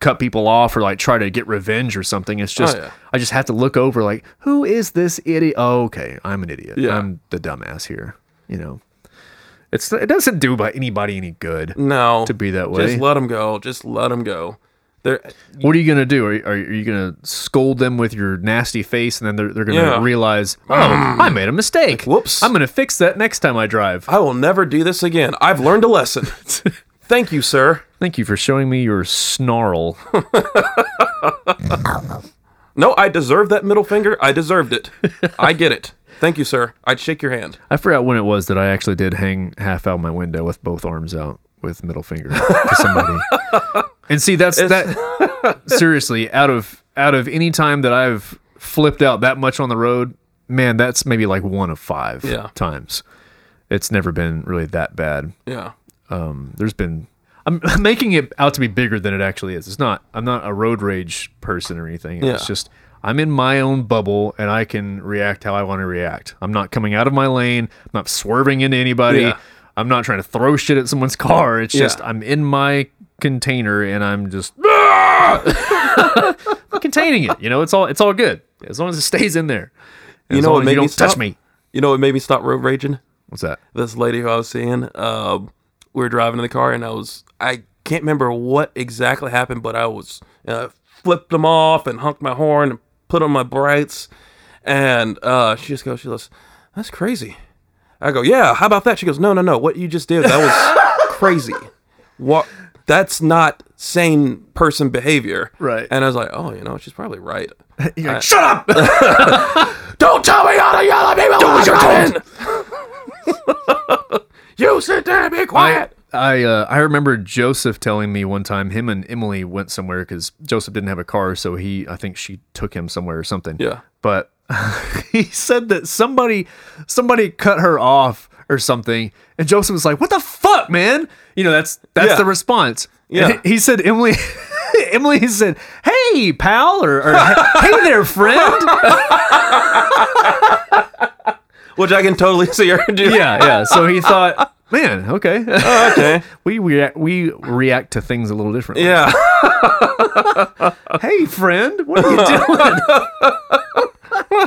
[SPEAKER 2] cut people off or like try to get revenge or something. It's just
[SPEAKER 3] Oh, yeah.
[SPEAKER 2] I just have to look over like, who is this idiot? Oh, okay. I'm an idiot.
[SPEAKER 3] Yeah.
[SPEAKER 2] I'm the dumbass here. You know. It's it doesn't do by anybody any good.
[SPEAKER 3] no.
[SPEAKER 2] to be that way.
[SPEAKER 3] Just let them go. Just let them go. They're
[SPEAKER 2] What are you gonna do? Are, are, are you gonna scold them with your nasty face, and then they're, they're gonna
[SPEAKER 3] Yeah. Mm.
[SPEAKER 2] realize, oh, I made a mistake.
[SPEAKER 3] whoops.
[SPEAKER 2] I'm gonna fix that next time I drive.
[SPEAKER 3] I will never do this again. I've learned a lesson. Thank you, sir.
[SPEAKER 2] Thank you for showing me your snarl.
[SPEAKER 3] No, I deserve that middle finger. I deserved it. I get it. Thank you, sir. I'd shake your hand.
[SPEAKER 2] I forgot when it was that I actually did hang half out my window with both arms out with middle finger to somebody. and see, that's that. seriously, out of out of any time that I've flipped out that much on the road, man, that's maybe like one of five
[SPEAKER 3] Yeah.
[SPEAKER 2] times. It's never been really that bad.
[SPEAKER 3] Yeah.
[SPEAKER 2] Um, There's been. I'm making it out to be bigger than it actually is. It's not. I'm not a road rage person or anything.
[SPEAKER 3] Yeah.
[SPEAKER 2] It's just I'm in my own bubble and I can react how I want to react. I'm not coming out of my lane. I'm not swerving into anybody.
[SPEAKER 3] Yeah.
[SPEAKER 2] I'm not trying to throw shit at someone's car. It's just
[SPEAKER 3] Yeah.
[SPEAKER 2] I'm in my container and I'm just containing it. You know, it's all it's all good as long as it stays in there.
[SPEAKER 3] you
[SPEAKER 2] as
[SPEAKER 3] know
[SPEAKER 2] long
[SPEAKER 3] what
[SPEAKER 2] as
[SPEAKER 3] made
[SPEAKER 2] you don't
[SPEAKER 3] me stop?
[SPEAKER 2] touch me.
[SPEAKER 3] You know what made me stop road raging?
[SPEAKER 2] What's that?
[SPEAKER 3] This lady who I was seeing, um, we were driving in the car, and I was I can't remember what exactly happened, but I was uh, flipped them off and honked my horn and put on my brights, and uh, she just goes, she goes, that's crazy. I go, yeah. How about that? She goes, no, no, no. What you just did, that was crazy. What? That's not sane person behavior.
[SPEAKER 2] Right.
[SPEAKER 3] And I was like, oh, you know, she's probably right.
[SPEAKER 2] You're like, Shut up!
[SPEAKER 3] Don't tell me how to yell at people. Do what you're doing. you sit there and be
[SPEAKER 2] I
[SPEAKER 3] quiet.
[SPEAKER 2] I, uh, I remember Joseph telling me one time him and Emily went somewhere because Joseph didn't have a car, so he I think she took him somewhere or something.
[SPEAKER 3] Yeah.
[SPEAKER 2] but he said that somebody somebody cut her off or something, and Joseph was like, "What the fuck, man?" You know that's that's
[SPEAKER 3] Yeah.
[SPEAKER 2] the response.
[SPEAKER 3] Yeah.
[SPEAKER 2] And he said Emily. Emily said, "Hey, pal," or, or "Hey there, friend."
[SPEAKER 3] Which I can totally see her do.
[SPEAKER 2] yeah, yeah. So he thought, "Man, okay,
[SPEAKER 3] Okay.
[SPEAKER 2] we react we react to things a little differently."
[SPEAKER 3] Yeah.
[SPEAKER 2] Hey, friend, what are you doing?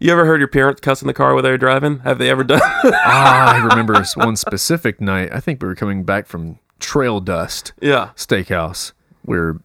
[SPEAKER 3] You ever heard your parents cuss in the car while they were driving? Have they ever done?
[SPEAKER 2] ah, I remember s- one specific night. I think we were coming back from Trail Dust
[SPEAKER 3] yeah.
[SPEAKER 2] Steakhouse. We were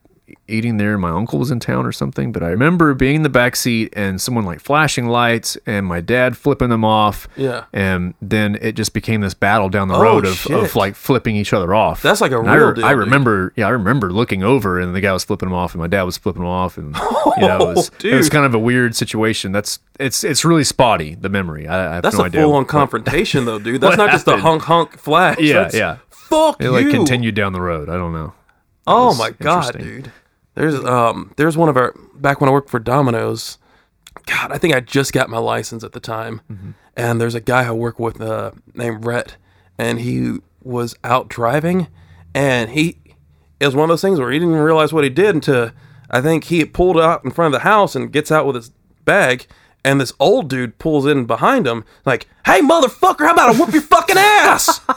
[SPEAKER 2] eating there. My uncle was in town or something, but I remember being in the back seat and someone like flashing lights and my dad flipping them off.
[SPEAKER 3] Yeah. Oh,
[SPEAKER 2] And then it just became this battle down the road of,
[SPEAKER 3] shit.
[SPEAKER 2] of like flipping each other off.
[SPEAKER 3] That's like a
[SPEAKER 2] And I,
[SPEAKER 3] real
[SPEAKER 2] re-
[SPEAKER 3] deal,
[SPEAKER 2] I
[SPEAKER 3] dude.
[SPEAKER 2] remember, yeah, I remember looking over and the guy was flipping him off and my dad was flipping him off and you know, it was, it was
[SPEAKER 3] dude.
[SPEAKER 2] kind of a weird situation. That's it's it's really spotty the memory. I, I have
[SPEAKER 3] That's
[SPEAKER 2] no
[SPEAKER 3] a
[SPEAKER 2] idea.
[SPEAKER 3] full on confrontation, though, dude. That's
[SPEAKER 2] What
[SPEAKER 3] not just a
[SPEAKER 2] happened?
[SPEAKER 3] honk honk flash.
[SPEAKER 2] Yeah,
[SPEAKER 3] That's-
[SPEAKER 2] yeah.
[SPEAKER 3] Fuck
[SPEAKER 2] It like
[SPEAKER 3] you.
[SPEAKER 2] continued down the road. I don't know.
[SPEAKER 3] Oh
[SPEAKER 2] was
[SPEAKER 3] my god,
[SPEAKER 2] interesting.
[SPEAKER 3] dude. There's um there's one of our back when I worked for Domino's. God, I think I just got my license at the time,
[SPEAKER 2] Mm-hmm.
[SPEAKER 3] and there's a guy I work with uh, named Rhett, and he was out driving, and he it was one of those things where he didn't realize what he did until I think he had pulled out in front of the house and gets out with his bag. And this old dude pulls in behind him, like, "Hey, motherfucker, how about I whoop your fucking ass?"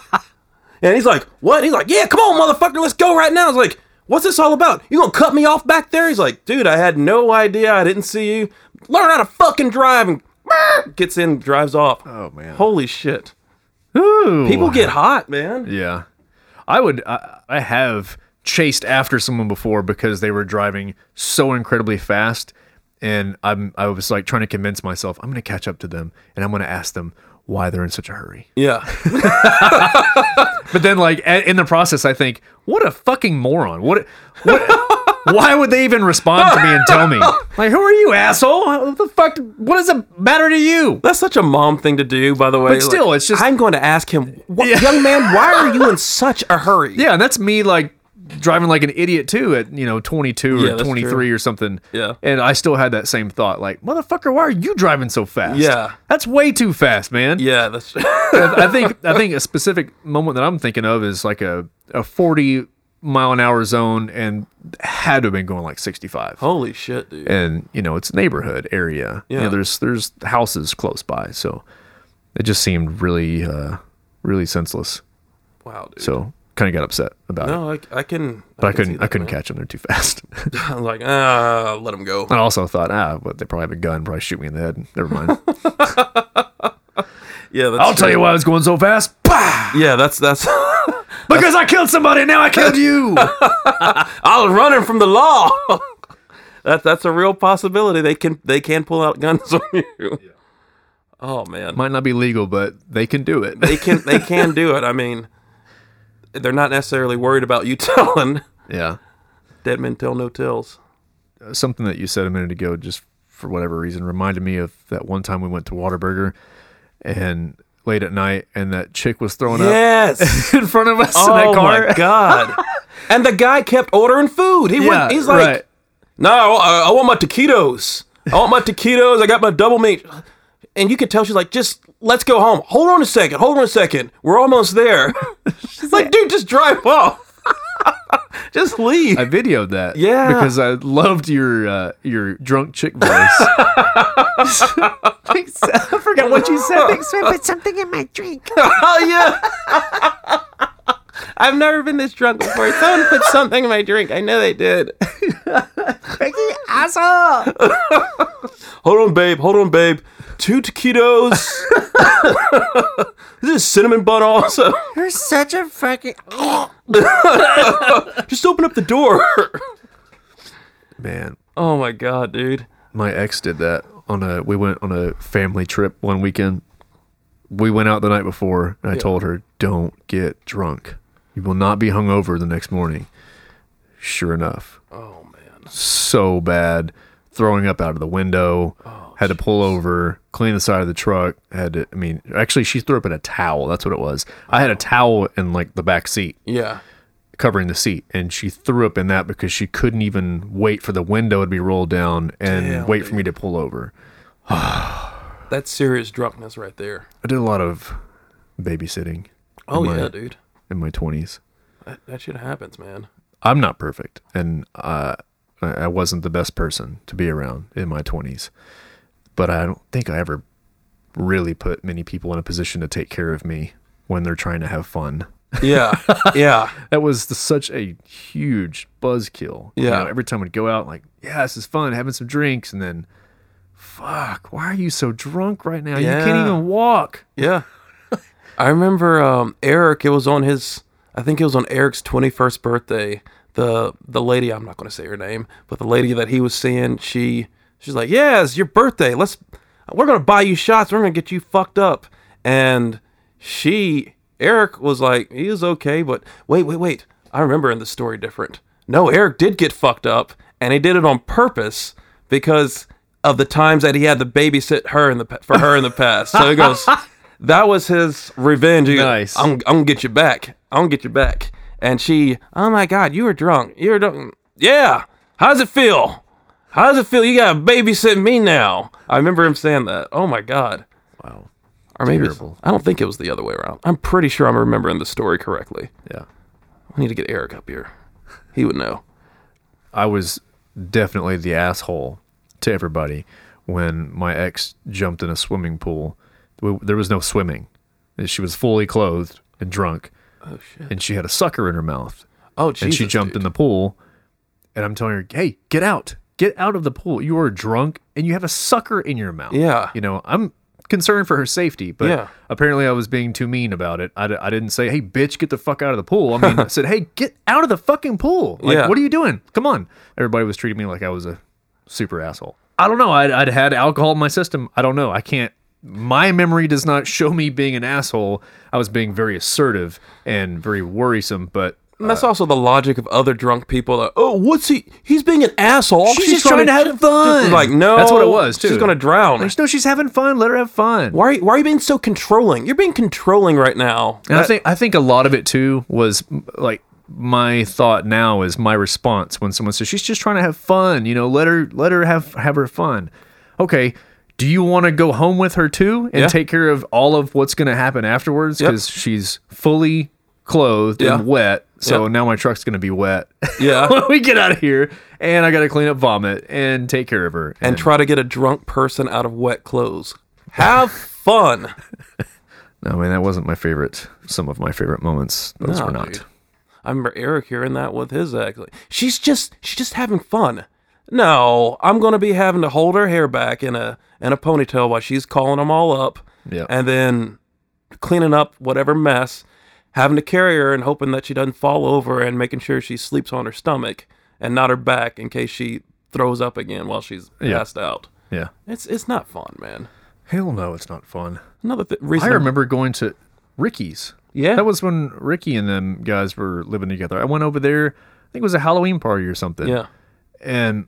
[SPEAKER 3] And he's like, "What?" He's like, "Yeah, come on, motherfucker, let's go right now." I was like, "What's this all about? You gonna cut me off back there?" He's like, "Dude, I had no idea. I didn't see you. Learn how to fucking drive." And gets in, drives off. Oh
[SPEAKER 2] man.
[SPEAKER 3] holy shit!
[SPEAKER 2] Ooh.
[SPEAKER 3] People get hot, man.
[SPEAKER 2] Yeah. I would I, I have chased after someone before because they were driving so incredibly fast and I'm I was like trying to convince myself I'm going to catch up to them and I'm going to ask them why they're in such a hurry.
[SPEAKER 3] Yeah,
[SPEAKER 2] But then like a- in the process I think what a fucking moron. What what Why would they even respond to me and tell me? Like, who are you, asshole? What the fuck? What does it matter to you?
[SPEAKER 3] that's such a mom thing to do, by the way. Like,
[SPEAKER 2] still, it's just-
[SPEAKER 3] I'm going to ask him, what, "Young man, why are you in such a hurry?"
[SPEAKER 2] Yeah, and that's me like driving like an idiot too at you know 22
[SPEAKER 3] Yeah,
[SPEAKER 2] or
[SPEAKER 3] that's
[SPEAKER 2] 23 or something.
[SPEAKER 3] Yeah.
[SPEAKER 2] and I still had that same thought like, motherfucker, why are you driving so fast?
[SPEAKER 3] Yeah.
[SPEAKER 2] that's way too fast, man.
[SPEAKER 3] yeah, that's
[SPEAKER 2] I think I think a specific moment that I'm thinking of is like a a 40 mile an hour zone and had to have been going like 65.
[SPEAKER 3] holy shit, dude.
[SPEAKER 2] And you know it's neighborhood area. You know,
[SPEAKER 3] Yeah.
[SPEAKER 2] there's there's houses close by, so it just seemed really uh, really senseless.
[SPEAKER 3] Wow, dude.
[SPEAKER 2] So kind of got upset about it.
[SPEAKER 3] No, I, I can,
[SPEAKER 2] But I,
[SPEAKER 3] can see
[SPEAKER 2] couldn't.
[SPEAKER 3] that,
[SPEAKER 2] I couldn't
[SPEAKER 3] man.
[SPEAKER 2] catch them. They're too fast. and
[SPEAKER 3] I was like, ah, let him go.
[SPEAKER 2] I also thought, ah, but they probably have a gun. Probably shoot me in the head. Never mind.
[SPEAKER 3] Yeah, that's
[SPEAKER 2] I'll tell you why I was going so fast. Bah!
[SPEAKER 3] Yeah, that's that's.
[SPEAKER 2] Because I killed somebody. Now I killed you.
[SPEAKER 3] I was running from the law. that that's a real possibility. They can they can pull out guns on you. Oh man,
[SPEAKER 2] Might not be legal, but they can do it.
[SPEAKER 3] they can they can do it. I mean, they're not necessarily worried about you telling.
[SPEAKER 2] yeah.
[SPEAKER 3] Dead men tell no tales.
[SPEAKER 2] uh, something that you said a minute ago, just for whatever reason, reminded me of that one time we went to Waterburger and late at night, and that chick was throwing
[SPEAKER 3] Yes.
[SPEAKER 2] up in front of us in
[SPEAKER 3] oh
[SPEAKER 2] that car.
[SPEAKER 3] my god.
[SPEAKER 5] And the guy kept ordering food. He
[SPEAKER 2] Yeah,
[SPEAKER 5] went, he's like,
[SPEAKER 2] right.
[SPEAKER 3] No, I, I want my taquitos. I want my taquitos. I got my double meat. And you could tell she's like, just let's go home. Hold on a second. Hold on a second. We're almost there. she's like, dude, just drive off. just leave.
[SPEAKER 2] I videoed that.
[SPEAKER 3] Yeah.
[SPEAKER 2] Because I loved your uh, your drunk chick voice. I forgot what you said.
[SPEAKER 4] Thanks for put something in my drink.
[SPEAKER 5] oh yeah. I've never been this drunk before. Someone put something in my drink. I know they did.
[SPEAKER 4] Asshole.
[SPEAKER 3] Hold on, babe. Hold on, babe. Two taquitos. this is cinnamon bun also.
[SPEAKER 4] You're such a fucking.
[SPEAKER 3] Just open up the door.
[SPEAKER 2] Man,
[SPEAKER 3] oh my god, dude.
[SPEAKER 2] my ex did that on a we went on a family trip one weekend. We went out the night before and I told her, Don't get drunk. You will not be hungover the next morning. Sure enough. Oh man. So bad. Throwing up out of the window. had to pull over, clean the side of the truck. Had to I mean, actually she threw up in a towel. That's what it was. I had a towel in like the back seat
[SPEAKER 3] Yeah.
[SPEAKER 2] covering the seat and she threw up in that because she couldn't even wait for the window to be rolled down and wait for me to pull over.
[SPEAKER 3] That's serious drunkenness right there.
[SPEAKER 2] I did a lot of babysitting
[SPEAKER 3] Oh
[SPEAKER 2] Am I-
[SPEAKER 3] yeah, dude.
[SPEAKER 2] in my 20s.
[SPEAKER 3] That, that shit happens, man.
[SPEAKER 2] I'm not perfect and uh, I I wasn't the best person to be around in my 20s. But I don't think I ever really put many people in a position to take care of me when they're trying to have fun.
[SPEAKER 3] Yeah. Yeah.
[SPEAKER 2] that was the, such a huge buzzkill. You
[SPEAKER 3] Yeah.
[SPEAKER 2] know, every time we'd go out, like, yeah, this is fun, having some drinks, and then, fuck, why are you so drunk right now? You
[SPEAKER 3] Yeah.
[SPEAKER 2] can't even walk.
[SPEAKER 3] Yeah. I remember um, Eric, it was on his I think it was on Eric's 21st birthday. The the lady, I'm not going to say her name, but the lady that he was seeing, she she's like, "Yeah, it's your birthday. Let's we're going to buy you shots. We're going to get you fucked up." And she Eric was like, "He was okay, but wait, wait, wait. I remember in the story different. No, Eric did get fucked up, and he did it on purpose because of the times that he had to babysit her in the pa- for her in the past. So he goes, that was his revenge. He goes,
[SPEAKER 2] Nice.
[SPEAKER 3] I'm, I'm gonna get you back. I'm gonna get you back. And she, oh my god, you were drunk. You were drunk. Yeah. How's it feel? How does it feel? You gotta babysit me now. I remember him saying that. Oh my god.
[SPEAKER 2] Wow.
[SPEAKER 3] Or maybe it's-
[SPEAKER 2] Terrible.
[SPEAKER 3] I don't think it was the other way around. I'm pretty sure I'm remembering the story correctly.
[SPEAKER 2] Yeah.
[SPEAKER 3] I need to get Eric up here. He would know.
[SPEAKER 2] I was definitely the asshole to everybody when my ex jumped in a swimming pool. We- There was no swimming. She was fully clothed and drunk. Oh, shit. And she had a sucker in her mouth.
[SPEAKER 3] Oh, Jesus,
[SPEAKER 2] and she jumped in the pool and i'm telling her hey get out get out of the pool you are drunk and you have a sucker in your mouth
[SPEAKER 3] Yeah.
[SPEAKER 2] you know i'm concerned for her safety but
[SPEAKER 3] Yeah.
[SPEAKER 2] apparently i was being too mean about it I, d- I didn't say hey bitch get the fuck out of the pool i mean i said hey get out of the fucking pool like
[SPEAKER 3] Yeah.
[SPEAKER 2] what are you doing come on everybody was treating me like i was a super asshole i don't know I'd, I'd had alcohol in my system i don't know i can't my memory does not show me being an asshole i was being very assertive and very worrisome but
[SPEAKER 3] And that's also the logic of other drunk people. Like, oh, what's he? He's being an asshole.
[SPEAKER 2] She's just trying to have fun.
[SPEAKER 3] Just Like, no,
[SPEAKER 2] That's what it was, too.
[SPEAKER 3] She's gonna drown.
[SPEAKER 2] Like, no, she's having fun. Let her have fun.
[SPEAKER 3] why? Are you, why are you being so controlling? You're being controlling right now.
[SPEAKER 2] And I
[SPEAKER 3] That-
[SPEAKER 2] think I think a lot of it too was m- like my thought now is my response when someone says she's just trying to have fun. You know, let her let her have have her fun. Okay. Do you want to go home with her too and
[SPEAKER 3] Yeah.
[SPEAKER 2] take care of all of what's going to happen afterwards?
[SPEAKER 3] Yep.
[SPEAKER 2] Because she's fully clothed
[SPEAKER 3] Yeah.
[SPEAKER 2] and wet. So
[SPEAKER 3] Yep.
[SPEAKER 2] now my truck's going to be wet
[SPEAKER 3] yeah.
[SPEAKER 2] when we get out of here, and I got to clean up vomit and take care of her.
[SPEAKER 3] and try to get a drunk person out of wet clothes. Have fun.
[SPEAKER 2] I mean, that wasn't my favorite. Some of my favorite moments. Those
[SPEAKER 3] No,
[SPEAKER 2] were not.
[SPEAKER 3] dude. I remember Eric hearing that with his ex. Like, she's just she's just having fun. No, I'm gonna be having to hold her hair back in a in a ponytail while she's calling them all up.
[SPEAKER 2] Yeah.
[SPEAKER 3] And then cleaning up whatever mess, having to carry her and hoping that she doesn't fall over and making sure she sleeps on her stomach and not her back in case she throws up again while she's
[SPEAKER 2] Yeah.
[SPEAKER 3] passed out.
[SPEAKER 2] Yeah.
[SPEAKER 3] It's it's not fun, man.
[SPEAKER 2] Hell no, it's not fun.
[SPEAKER 3] Another th- reason
[SPEAKER 2] I remember going to Ricky's.
[SPEAKER 3] Yeah.
[SPEAKER 2] That was when Ricky and them guys were living together. I went over there. I think it was a Halloween party or something.
[SPEAKER 3] Yeah.
[SPEAKER 2] And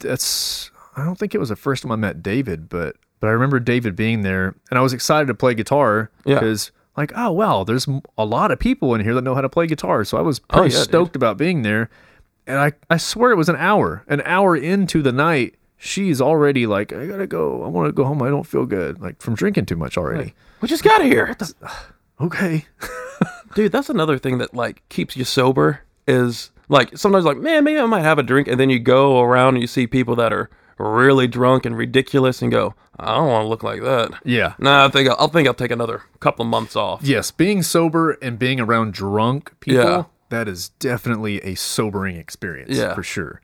[SPEAKER 2] that's I don't think it was the first time I met David, but but I remember David being there, and I was excited to play guitar
[SPEAKER 3] Yeah.
[SPEAKER 2] because like oh wow, there's m- a lot of people in here that know how to play guitar, so I was pretty
[SPEAKER 3] Oh, yeah, dude.
[SPEAKER 2] stoked about being there, and I I swear it was an hour, an hour into the night. She's already like, I gotta go. I want to go home. I don't feel good, like from drinking too much already.
[SPEAKER 3] We just got here.
[SPEAKER 2] Okay,
[SPEAKER 3] Dude, that's another thing that like keeps you sober is like sometimes like, man, maybe I might have a drink and then you go around and you see people that are really drunk and ridiculous and go, I don't want to look like that.
[SPEAKER 2] yeah,
[SPEAKER 3] Nah, I think I'll, I'll think I'll take another couple of months off.
[SPEAKER 2] yes. Being sober and being around drunk people,
[SPEAKER 3] Yeah.
[SPEAKER 2] that is definitely a sobering experience.
[SPEAKER 3] Yeah.
[SPEAKER 2] for sure.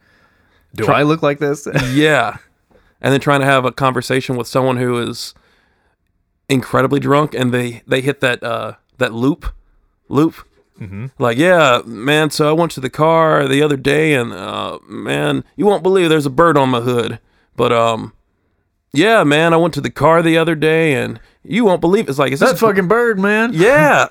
[SPEAKER 2] Do I look like this?
[SPEAKER 3] Yeah. And then trying to have a conversation with someone who is incredibly drunk and they they hit that uh that loop loop.
[SPEAKER 2] Mm-hmm.
[SPEAKER 3] Like, yeah, man, so I went to the car the other day and uh man, you won't believe there's a bird on my hood. But um yeah, man, I went to the car the other day and you won't believe it's like is
[SPEAKER 2] That
[SPEAKER 3] this
[SPEAKER 2] fucking bird, man.
[SPEAKER 3] Yeah.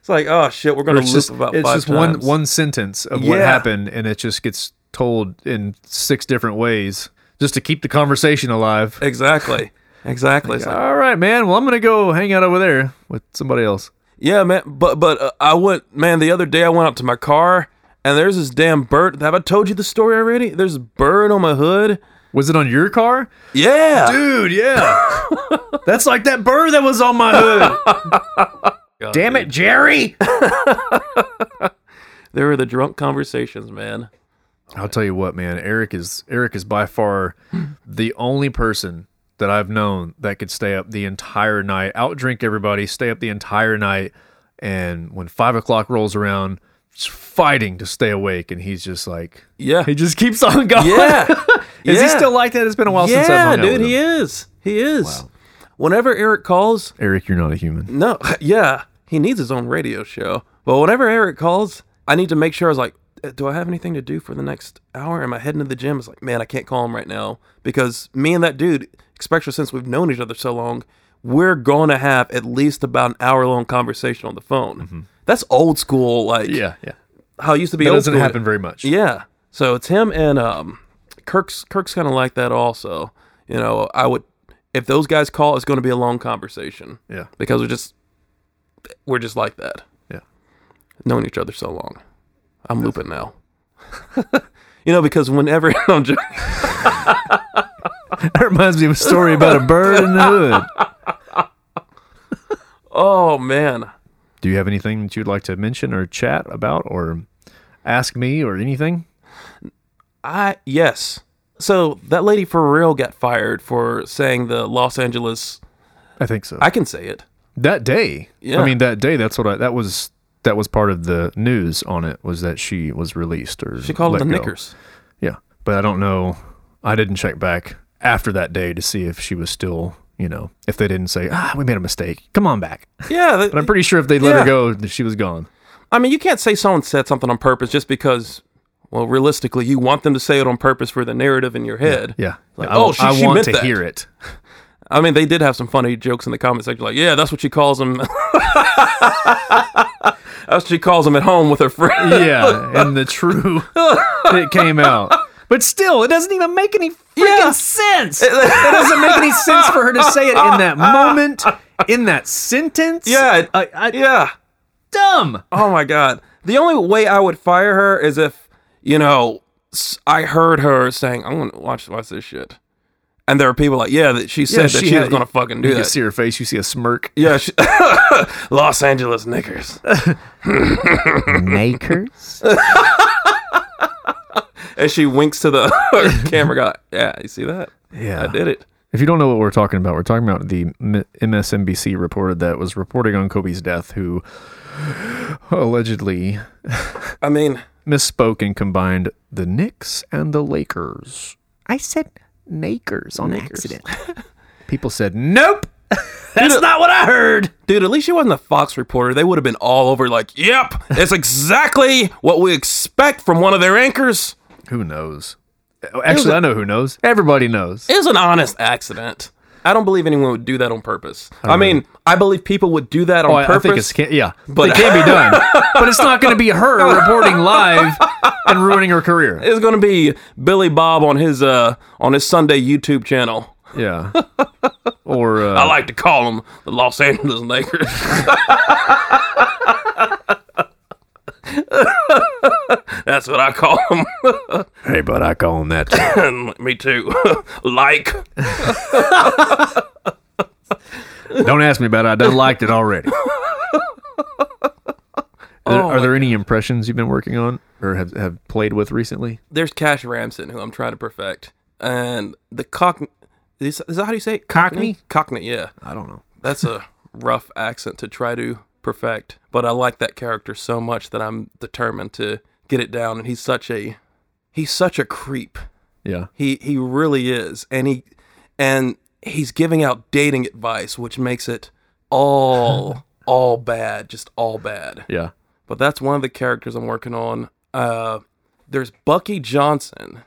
[SPEAKER 3] it's like, oh shit, we're gonna
[SPEAKER 2] it's
[SPEAKER 3] loop
[SPEAKER 2] just,
[SPEAKER 3] about
[SPEAKER 2] it's
[SPEAKER 3] five
[SPEAKER 2] just one
[SPEAKER 3] times.
[SPEAKER 2] one sentence of what
[SPEAKER 3] Yeah.
[SPEAKER 2] happened, and it just gets told in six different ways just to keep the conversation alive.
[SPEAKER 3] Exactly. Exactly. It's like,
[SPEAKER 2] All right, man. Well, I'm gonna go hang out over there with somebody else.
[SPEAKER 3] Yeah, man. But but uh, I went, man. The other day I went out to my car, and there's this damn bird. Have I told you the story already? There's a bird on my hood.
[SPEAKER 2] Was it on your car,
[SPEAKER 3] Yeah,
[SPEAKER 2] dude? Yeah, that's like that bird that was on my hood. Damn it, Jerry!
[SPEAKER 3] there were the drunk conversations, man.
[SPEAKER 2] I'll tell you what, man. Eric is Eric is by far the only person that I've known that could stay up the entire night, outdrink everybody, stay up the entire night, and when five o'clock rolls around, just fighting to stay awake, and he's just like,
[SPEAKER 3] Yeah,
[SPEAKER 2] he just keeps on going.
[SPEAKER 3] Yeah.
[SPEAKER 2] is
[SPEAKER 3] Yeah.
[SPEAKER 2] he still like that? It's been a while since I've
[SPEAKER 3] yeah,
[SPEAKER 2] hung out
[SPEAKER 3] dude,
[SPEAKER 2] with him.
[SPEAKER 3] he is. He is. Whenever Eric calls,
[SPEAKER 2] Eric, you're not a human.
[SPEAKER 3] no, yeah, he needs his own radio show. But whenever Eric calls, I need to make sure I was like, "Uh, do I have anything to do for the next hour? Am I heading to the gym? It's like, man, I can't call him right now because me and that dude, especially since we've known each other so long, we're going to have at least about an hour long conversation on the phone. That's old school, like
[SPEAKER 2] Mm-hmm. Yeah, yeah.
[SPEAKER 3] how it used to be.
[SPEAKER 2] That
[SPEAKER 3] old
[SPEAKER 2] doesn't
[SPEAKER 3] school.
[SPEAKER 2] happen very much.
[SPEAKER 3] Yeah. So it's him and um, Kirk's. Kirk's kind of like that also. You know, I would if those guys call, it's going to be a long conversation
[SPEAKER 2] yeah.
[SPEAKER 3] because we're just we're just like that.
[SPEAKER 2] Yeah.
[SPEAKER 3] Known each other so long. I'm looping now. you know, because whenever I'm joking.
[SPEAKER 2] That reminds me of a story about a bird in the hood.
[SPEAKER 3] oh man,
[SPEAKER 2] Do you have anything that you'd like to mention or chat about or ask me or anything?
[SPEAKER 3] I yes. So that lady for real got fired for saying the Los Angeles.
[SPEAKER 2] I think so.
[SPEAKER 3] I can say it.
[SPEAKER 2] that day.
[SPEAKER 3] Yeah.
[SPEAKER 2] I mean that day that's what I that was that was part of the news on it was that she was released or
[SPEAKER 3] She called it
[SPEAKER 2] let
[SPEAKER 3] the
[SPEAKER 2] go.
[SPEAKER 3] knickers.
[SPEAKER 2] Yeah. But I don't know I didn't check back after that day to see if she was still, you know, if they didn't say, "Ah, we made a mistake. Come on back."
[SPEAKER 3] Yeah, that-
[SPEAKER 2] But I'm pretty sure if they let
[SPEAKER 3] Yeah.
[SPEAKER 2] her go, that she was gone.
[SPEAKER 3] I mean, you can't say someone said something on purpose just because. Well, realistically, you want them to say it on purpose for the narrative in your head.
[SPEAKER 2] Yeah.
[SPEAKER 3] Like,
[SPEAKER 2] I,
[SPEAKER 3] oh,
[SPEAKER 2] wa-
[SPEAKER 3] she-
[SPEAKER 2] I
[SPEAKER 3] she
[SPEAKER 2] want
[SPEAKER 3] meant
[SPEAKER 2] to
[SPEAKER 3] that.
[SPEAKER 2] hear it.
[SPEAKER 3] I mean, they did have some funny jokes in the comment section, like, "Yeah, that's what she calls him." that's what she calls him at home with her friend.
[SPEAKER 2] yeah, and the true it came out. But still, it doesn't even make any freaking
[SPEAKER 3] Yeah.
[SPEAKER 2] sense. It doesn't make any sense for her to say it in that moment, in that sentence.
[SPEAKER 3] Yeah, it-
[SPEAKER 2] I, I,
[SPEAKER 3] yeah.
[SPEAKER 2] dumb.
[SPEAKER 3] Oh my god. The only way I would fire her is if you know s- I heard her saying, "I'm gonna watch watch this shit," and there are people like, "Yeah, that she said that she, was
[SPEAKER 2] had-
[SPEAKER 3] gonna fucking do
[SPEAKER 2] You
[SPEAKER 3] that."
[SPEAKER 2] can see her face. You see a smirk.
[SPEAKER 3] yeah, she, Los Angeles Knickers.
[SPEAKER 1] Makers?
[SPEAKER 3] and she winks to the camera guy. Yeah, you see that?
[SPEAKER 2] Yeah,
[SPEAKER 3] I did it.
[SPEAKER 2] If you don't know what we're talking about, we're talking about the M- MSNBC reporter that was reporting on Kobe's death, who allegedly
[SPEAKER 3] I mean,
[SPEAKER 2] misspoke and combined the Knicks and the Lakers.
[SPEAKER 1] I said makers on accident.
[SPEAKER 2] People said, "Nope, that's not what I heard."
[SPEAKER 3] dude, at least she wasn't a Fox reporter. They would have been all over like, "Yep, it's exactly what we expect from one of their anchors."
[SPEAKER 2] Who knows? Actually, I know who knows. Everybody knows.
[SPEAKER 3] It was an honest accident. I don't believe anyone would do that on purpose. I, mean, I believe people would do that on
[SPEAKER 2] Oh, I, I
[SPEAKER 3] purpose.
[SPEAKER 2] think it's can, yeah,
[SPEAKER 3] but-
[SPEAKER 2] but it can be done. but it's not going to be her reporting live and ruining her career.
[SPEAKER 3] it's going to be Billy Bob on his uh on his Sunday YouTube channel.
[SPEAKER 2] Yeah, or uh,
[SPEAKER 3] I like to call him the Los Angeles Lakers. That's what I call him.
[SPEAKER 2] hey, but I call him that. too.
[SPEAKER 3] And Me too. like
[SPEAKER 2] Don't ask me about it. I done liked it already. Oh Are, there- are there any impressions you've been working on or have, have played with recently?
[SPEAKER 3] there's Cash Ramson who I'm trying to perfect, and the cock. Is, is that how you say it?
[SPEAKER 2] Cockney?
[SPEAKER 3] Cockney, yeah.
[SPEAKER 2] I don't know.
[SPEAKER 3] That's a rough accent to try to perfect, but I like that character so much that I'm determined to get it down. And he's such a he's such a creep.
[SPEAKER 2] Yeah.
[SPEAKER 3] He he really is, and he and he's giving out dating advice, which makes it all all bad, just all bad.
[SPEAKER 2] Yeah.
[SPEAKER 3] But that's one of the characters I'm working on. Uh, there's Bucky Johnson.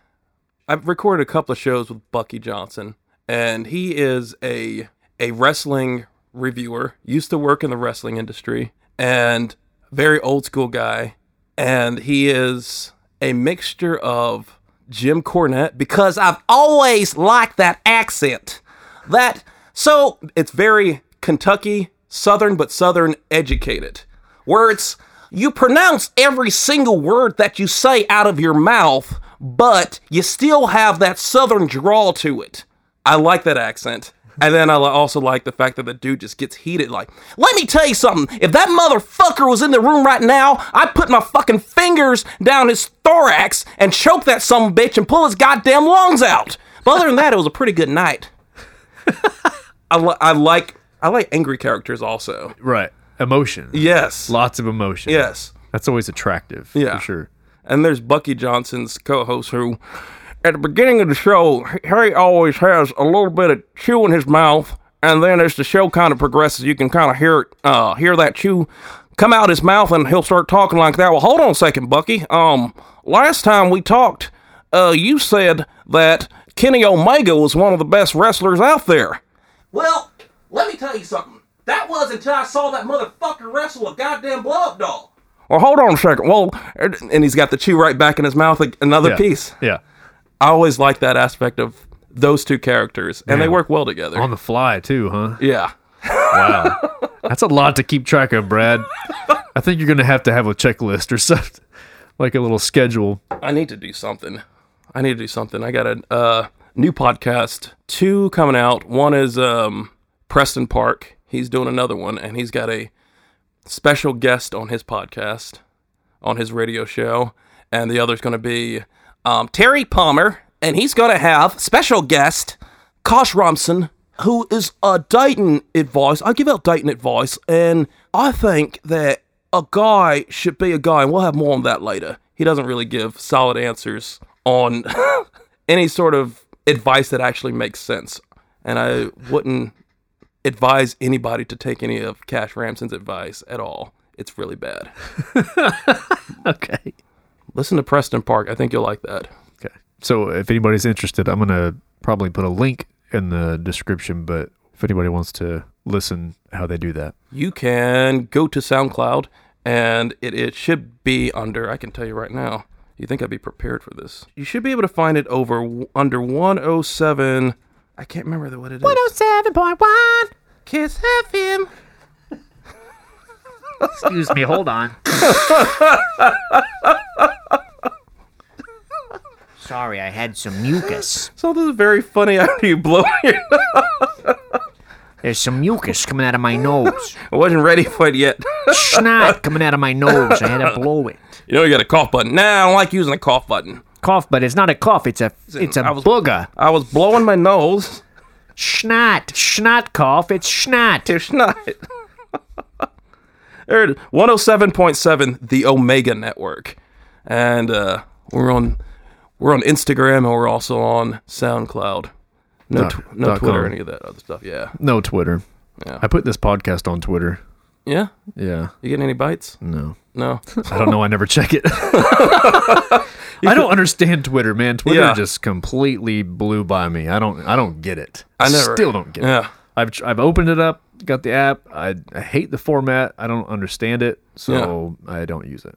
[SPEAKER 3] I've recorded a couple of shows with Bucky Johnson, and he is a a wrestling reviewer. Used to work in the wrestling industry, and very old school guy. And he is a mixture of Jim Cornette because I've always liked that accent. That so it's very Kentucky Southern, but Southern educated. Where it's you pronounce every single word that you say out of your mouth, but you still have that Southern drawl to it. I like that accent. And then I li- also like the fact that the dude just gets heated. Like, let me tell you something. If that motherfucker was in the room right now, I'd put my fucking fingers down his thorax and choke that some bitch and pull his goddamn lungs out. But other than that, it was a pretty good night. I, li- I like I like angry characters also.
[SPEAKER 2] Right. Emotion.
[SPEAKER 3] Yes.
[SPEAKER 2] Lots of emotion.
[SPEAKER 3] Yes.
[SPEAKER 2] That's always attractive.
[SPEAKER 3] Yeah.
[SPEAKER 2] For sure.
[SPEAKER 3] And there's Bucky Johnson's co-host who, at the beginning of the show, Harry always has a little bit of chew in his mouth, and then as the show kind of progresses, you can kind of hear it, uh, hear that chew come out his mouth, and he'll start talking like that. Well, hold on a second, Bucky. Um, last time we talked, uh, you said that Kenny Omega was one of the best wrestlers out there.
[SPEAKER 5] Well, let me tell you something. That was until I saw that motherfucker wrestle a goddamn blow up doll.
[SPEAKER 3] Well, hold on a second. Well, and he's got the chew right back in his mouth. like Another
[SPEAKER 2] Yeah.
[SPEAKER 3] piece.
[SPEAKER 2] Yeah.
[SPEAKER 3] I always like that aspect of those two characters, and they
[SPEAKER 2] Yeah.
[SPEAKER 3] work well together.
[SPEAKER 2] On the fly too, huh?
[SPEAKER 3] yeah,
[SPEAKER 2] Wow. That's a lot to keep track of, Brad. I think you're gonna have to have a checklist or something. Like a little schedule.
[SPEAKER 3] I need to do something. I need to do something. I got a uh, new podcast, two coming out. One is um, Preston Park. He's doing another one, and he's got a special guest on his podcast, on his radio show, and the other's going to be um, Terry Palmer, and he's going to have special guest Kosh Romson, who is a Dayton advice. I give out Dayton advice, and I think that a guy should be a guy, and we'll have more on that later. He doesn't really give solid answers on any sort of advice that actually makes sense, and I wouldn't advise anybody to take any of Cash Ramson's advice at all. It's really bad.
[SPEAKER 2] Okay.
[SPEAKER 3] Listen to Preston Park. I think you'll like that.
[SPEAKER 2] Okay. So if anybody's interested, I'm gonna probably put a link in the description, but if anybody wants to listen how they do that.
[SPEAKER 3] You can go to SoundCloud and it, it should be under, I can tell you right now. You think I'd be prepared for this? You should be able to find it over w- under 107. I can't remember the- what it is.
[SPEAKER 4] 107.1.
[SPEAKER 3] Kiss FM.
[SPEAKER 1] Excuse me, hold on.
[SPEAKER 4] Sorry, I had some mucus.
[SPEAKER 3] Something's very funny after you blow it.
[SPEAKER 4] There's some mucus coming out of my nose.
[SPEAKER 3] I wasn't ready for it yet.
[SPEAKER 4] Snot coming out of my nose. I had to blow it.
[SPEAKER 3] You know, you got a cough button. Nah, I don't like using a cough button.
[SPEAKER 4] Cough, but it's not a cough. It's a it's a
[SPEAKER 3] I was-
[SPEAKER 4] booger.
[SPEAKER 3] I was blowing my nose.
[SPEAKER 4] Snot. Snot cough. It's snot.
[SPEAKER 3] There's not. there it is. 107.7, the Omega Network. And uh, we're on we're on Instagram and we're also on SoundCloud. No,
[SPEAKER 2] Dot-
[SPEAKER 3] tw- no
[SPEAKER 2] dot
[SPEAKER 3] Twitter or
[SPEAKER 2] com.
[SPEAKER 3] any of that other stuff. Yeah.
[SPEAKER 2] No Twitter. I put this podcast on Twitter.
[SPEAKER 3] Yeah.
[SPEAKER 2] Yeah.
[SPEAKER 3] You getting any bites?
[SPEAKER 2] No.
[SPEAKER 3] No.
[SPEAKER 2] I don't know. I never check it. I don't understand Twitter, man. Twitter
[SPEAKER 3] Yeah.
[SPEAKER 2] just completely blew by me. I don't. I don't get it.
[SPEAKER 3] I never-
[SPEAKER 2] still don't get it.
[SPEAKER 3] Yeah.
[SPEAKER 2] I've tr- I've opened it up, got the app. I, I hate the format. I don't understand it, so I don't use it.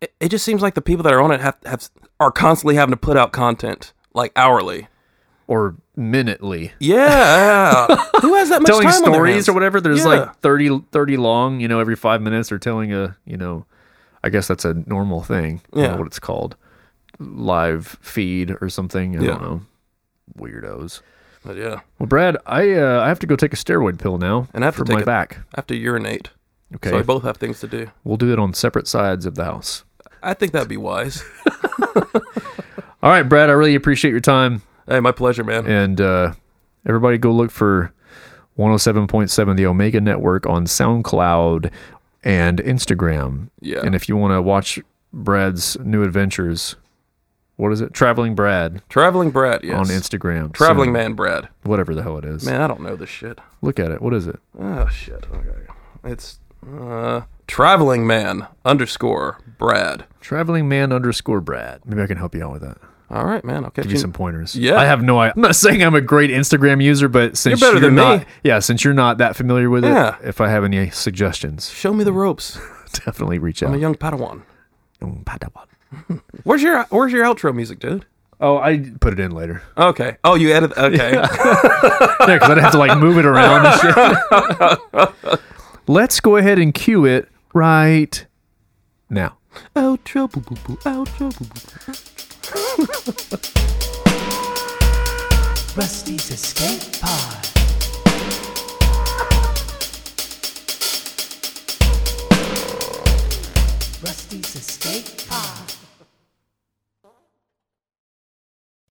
[SPEAKER 3] It, it just seems like the people that are on it have, have are constantly having to put out content like hourly.
[SPEAKER 2] Or minutely,
[SPEAKER 3] Yeah. Who has that much
[SPEAKER 2] telling
[SPEAKER 3] time on their
[SPEAKER 2] stories
[SPEAKER 3] hands?
[SPEAKER 2] or whatever. There's
[SPEAKER 3] Yeah.
[SPEAKER 2] like 30, 30 long. You know, every five minutes they're telling a. You know, I guess that's a normal thing. I don't know
[SPEAKER 3] Yeah.
[SPEAKER 2] what it's called, live feed or something. I
[SPEAKER 3] Yeah.
[SPEAKER 2] don't know. Weirdos.
[SPEAKER 3] But yeah.
[SPEAKER 2] Well, Brad, I uh, I have to go take a steroid pill now,
[SPEAKER 3] And I have to
[SPEAKER 2] for
[SPEAKER 3] take
[SPEAKER 2] my
[SPEAKER 3] a-
[SPEAKER 2] back.
[SPEAKER 3] I have to urinate.
[SPEAKER 2] Okay,
[SPEAKER 3] So we both have things to do.
[SPEAKER 2] we'll do it on separate sides of the house.
[SPEAKER 3] I think that'd be wise.
[SPEAKER 2] All right, Brad, I really appreciate your time,
[SPEAKER 3] hey, my pleasure, man.
[SPEAKER 2] and uh, everybody go look for 107.7 the Omega Network on SoundCloud and Instagram.
[SPEAKER 3] Yeah.
[SPEAKER 2] and if you want to watch Brad's new adventures, what is it? Traveling Brad
[SPEAKER 3] Traveling Brad, yes.
[SPEAKER 2] on Instagram.
[SPEAKER 3] Traveling
[SPEAKER 2] So,
[SPEAKER 3] Man Brad.
[SPEAKER 2] whatever the hell it is.
[SPEAKER 3] Man, I don't know this shit.
[SPEAKER 2] Look at it. What is it?
[SPEAKER 3] Oh shit. Okay. It's uh Traveling Man underscore Brad.
[SPEAKER 2] Traveling Man underscore Brad. Maybe I can help you out with that.
[SPEAKER 3] All right, man. I'll catch
[SPEAKER 2] give
[SPEAKER 3] you.
[SPEAKER 2] you some pointers.
[SPEAKER 3] Yeah.
[SPEAKER 2] I have no idea. I'm not saying I'm a great Instagram user, but since
[SPEAKER 3] better than me.
[SPEAKER 2] not, yeah, since you're not that familiar with
[SPEAKER 3] Yeah.
[SPEAKER 2] it, if I have any suggestions,
[SPEAKER 3] Show me the ropes.
[SPEAKER 2] definitely reach
[SPEAKER 3] I'm a
[SPEAKER 2] out.
[SPEAKER 3] young Padawan.
[SPEAKER 2] Mm, Padawan.
[SPEAKER 3] Where's your Where's your outro music, dude?
[SPEAKER 2] Oh, I put it in later.
[SPEAKER 3] Okay. Oh, you added. Okay.
[SPEAKER 2] Yeah, because I'd have to like move it around and shit. Let's go ahead and cue it right now.
[SPEAKER 3] outro. Boo, boo, boo, outro. Boo, boo.
[SPEAKER 6] Rusty's Escape Pod. Rusty's Escape Pod.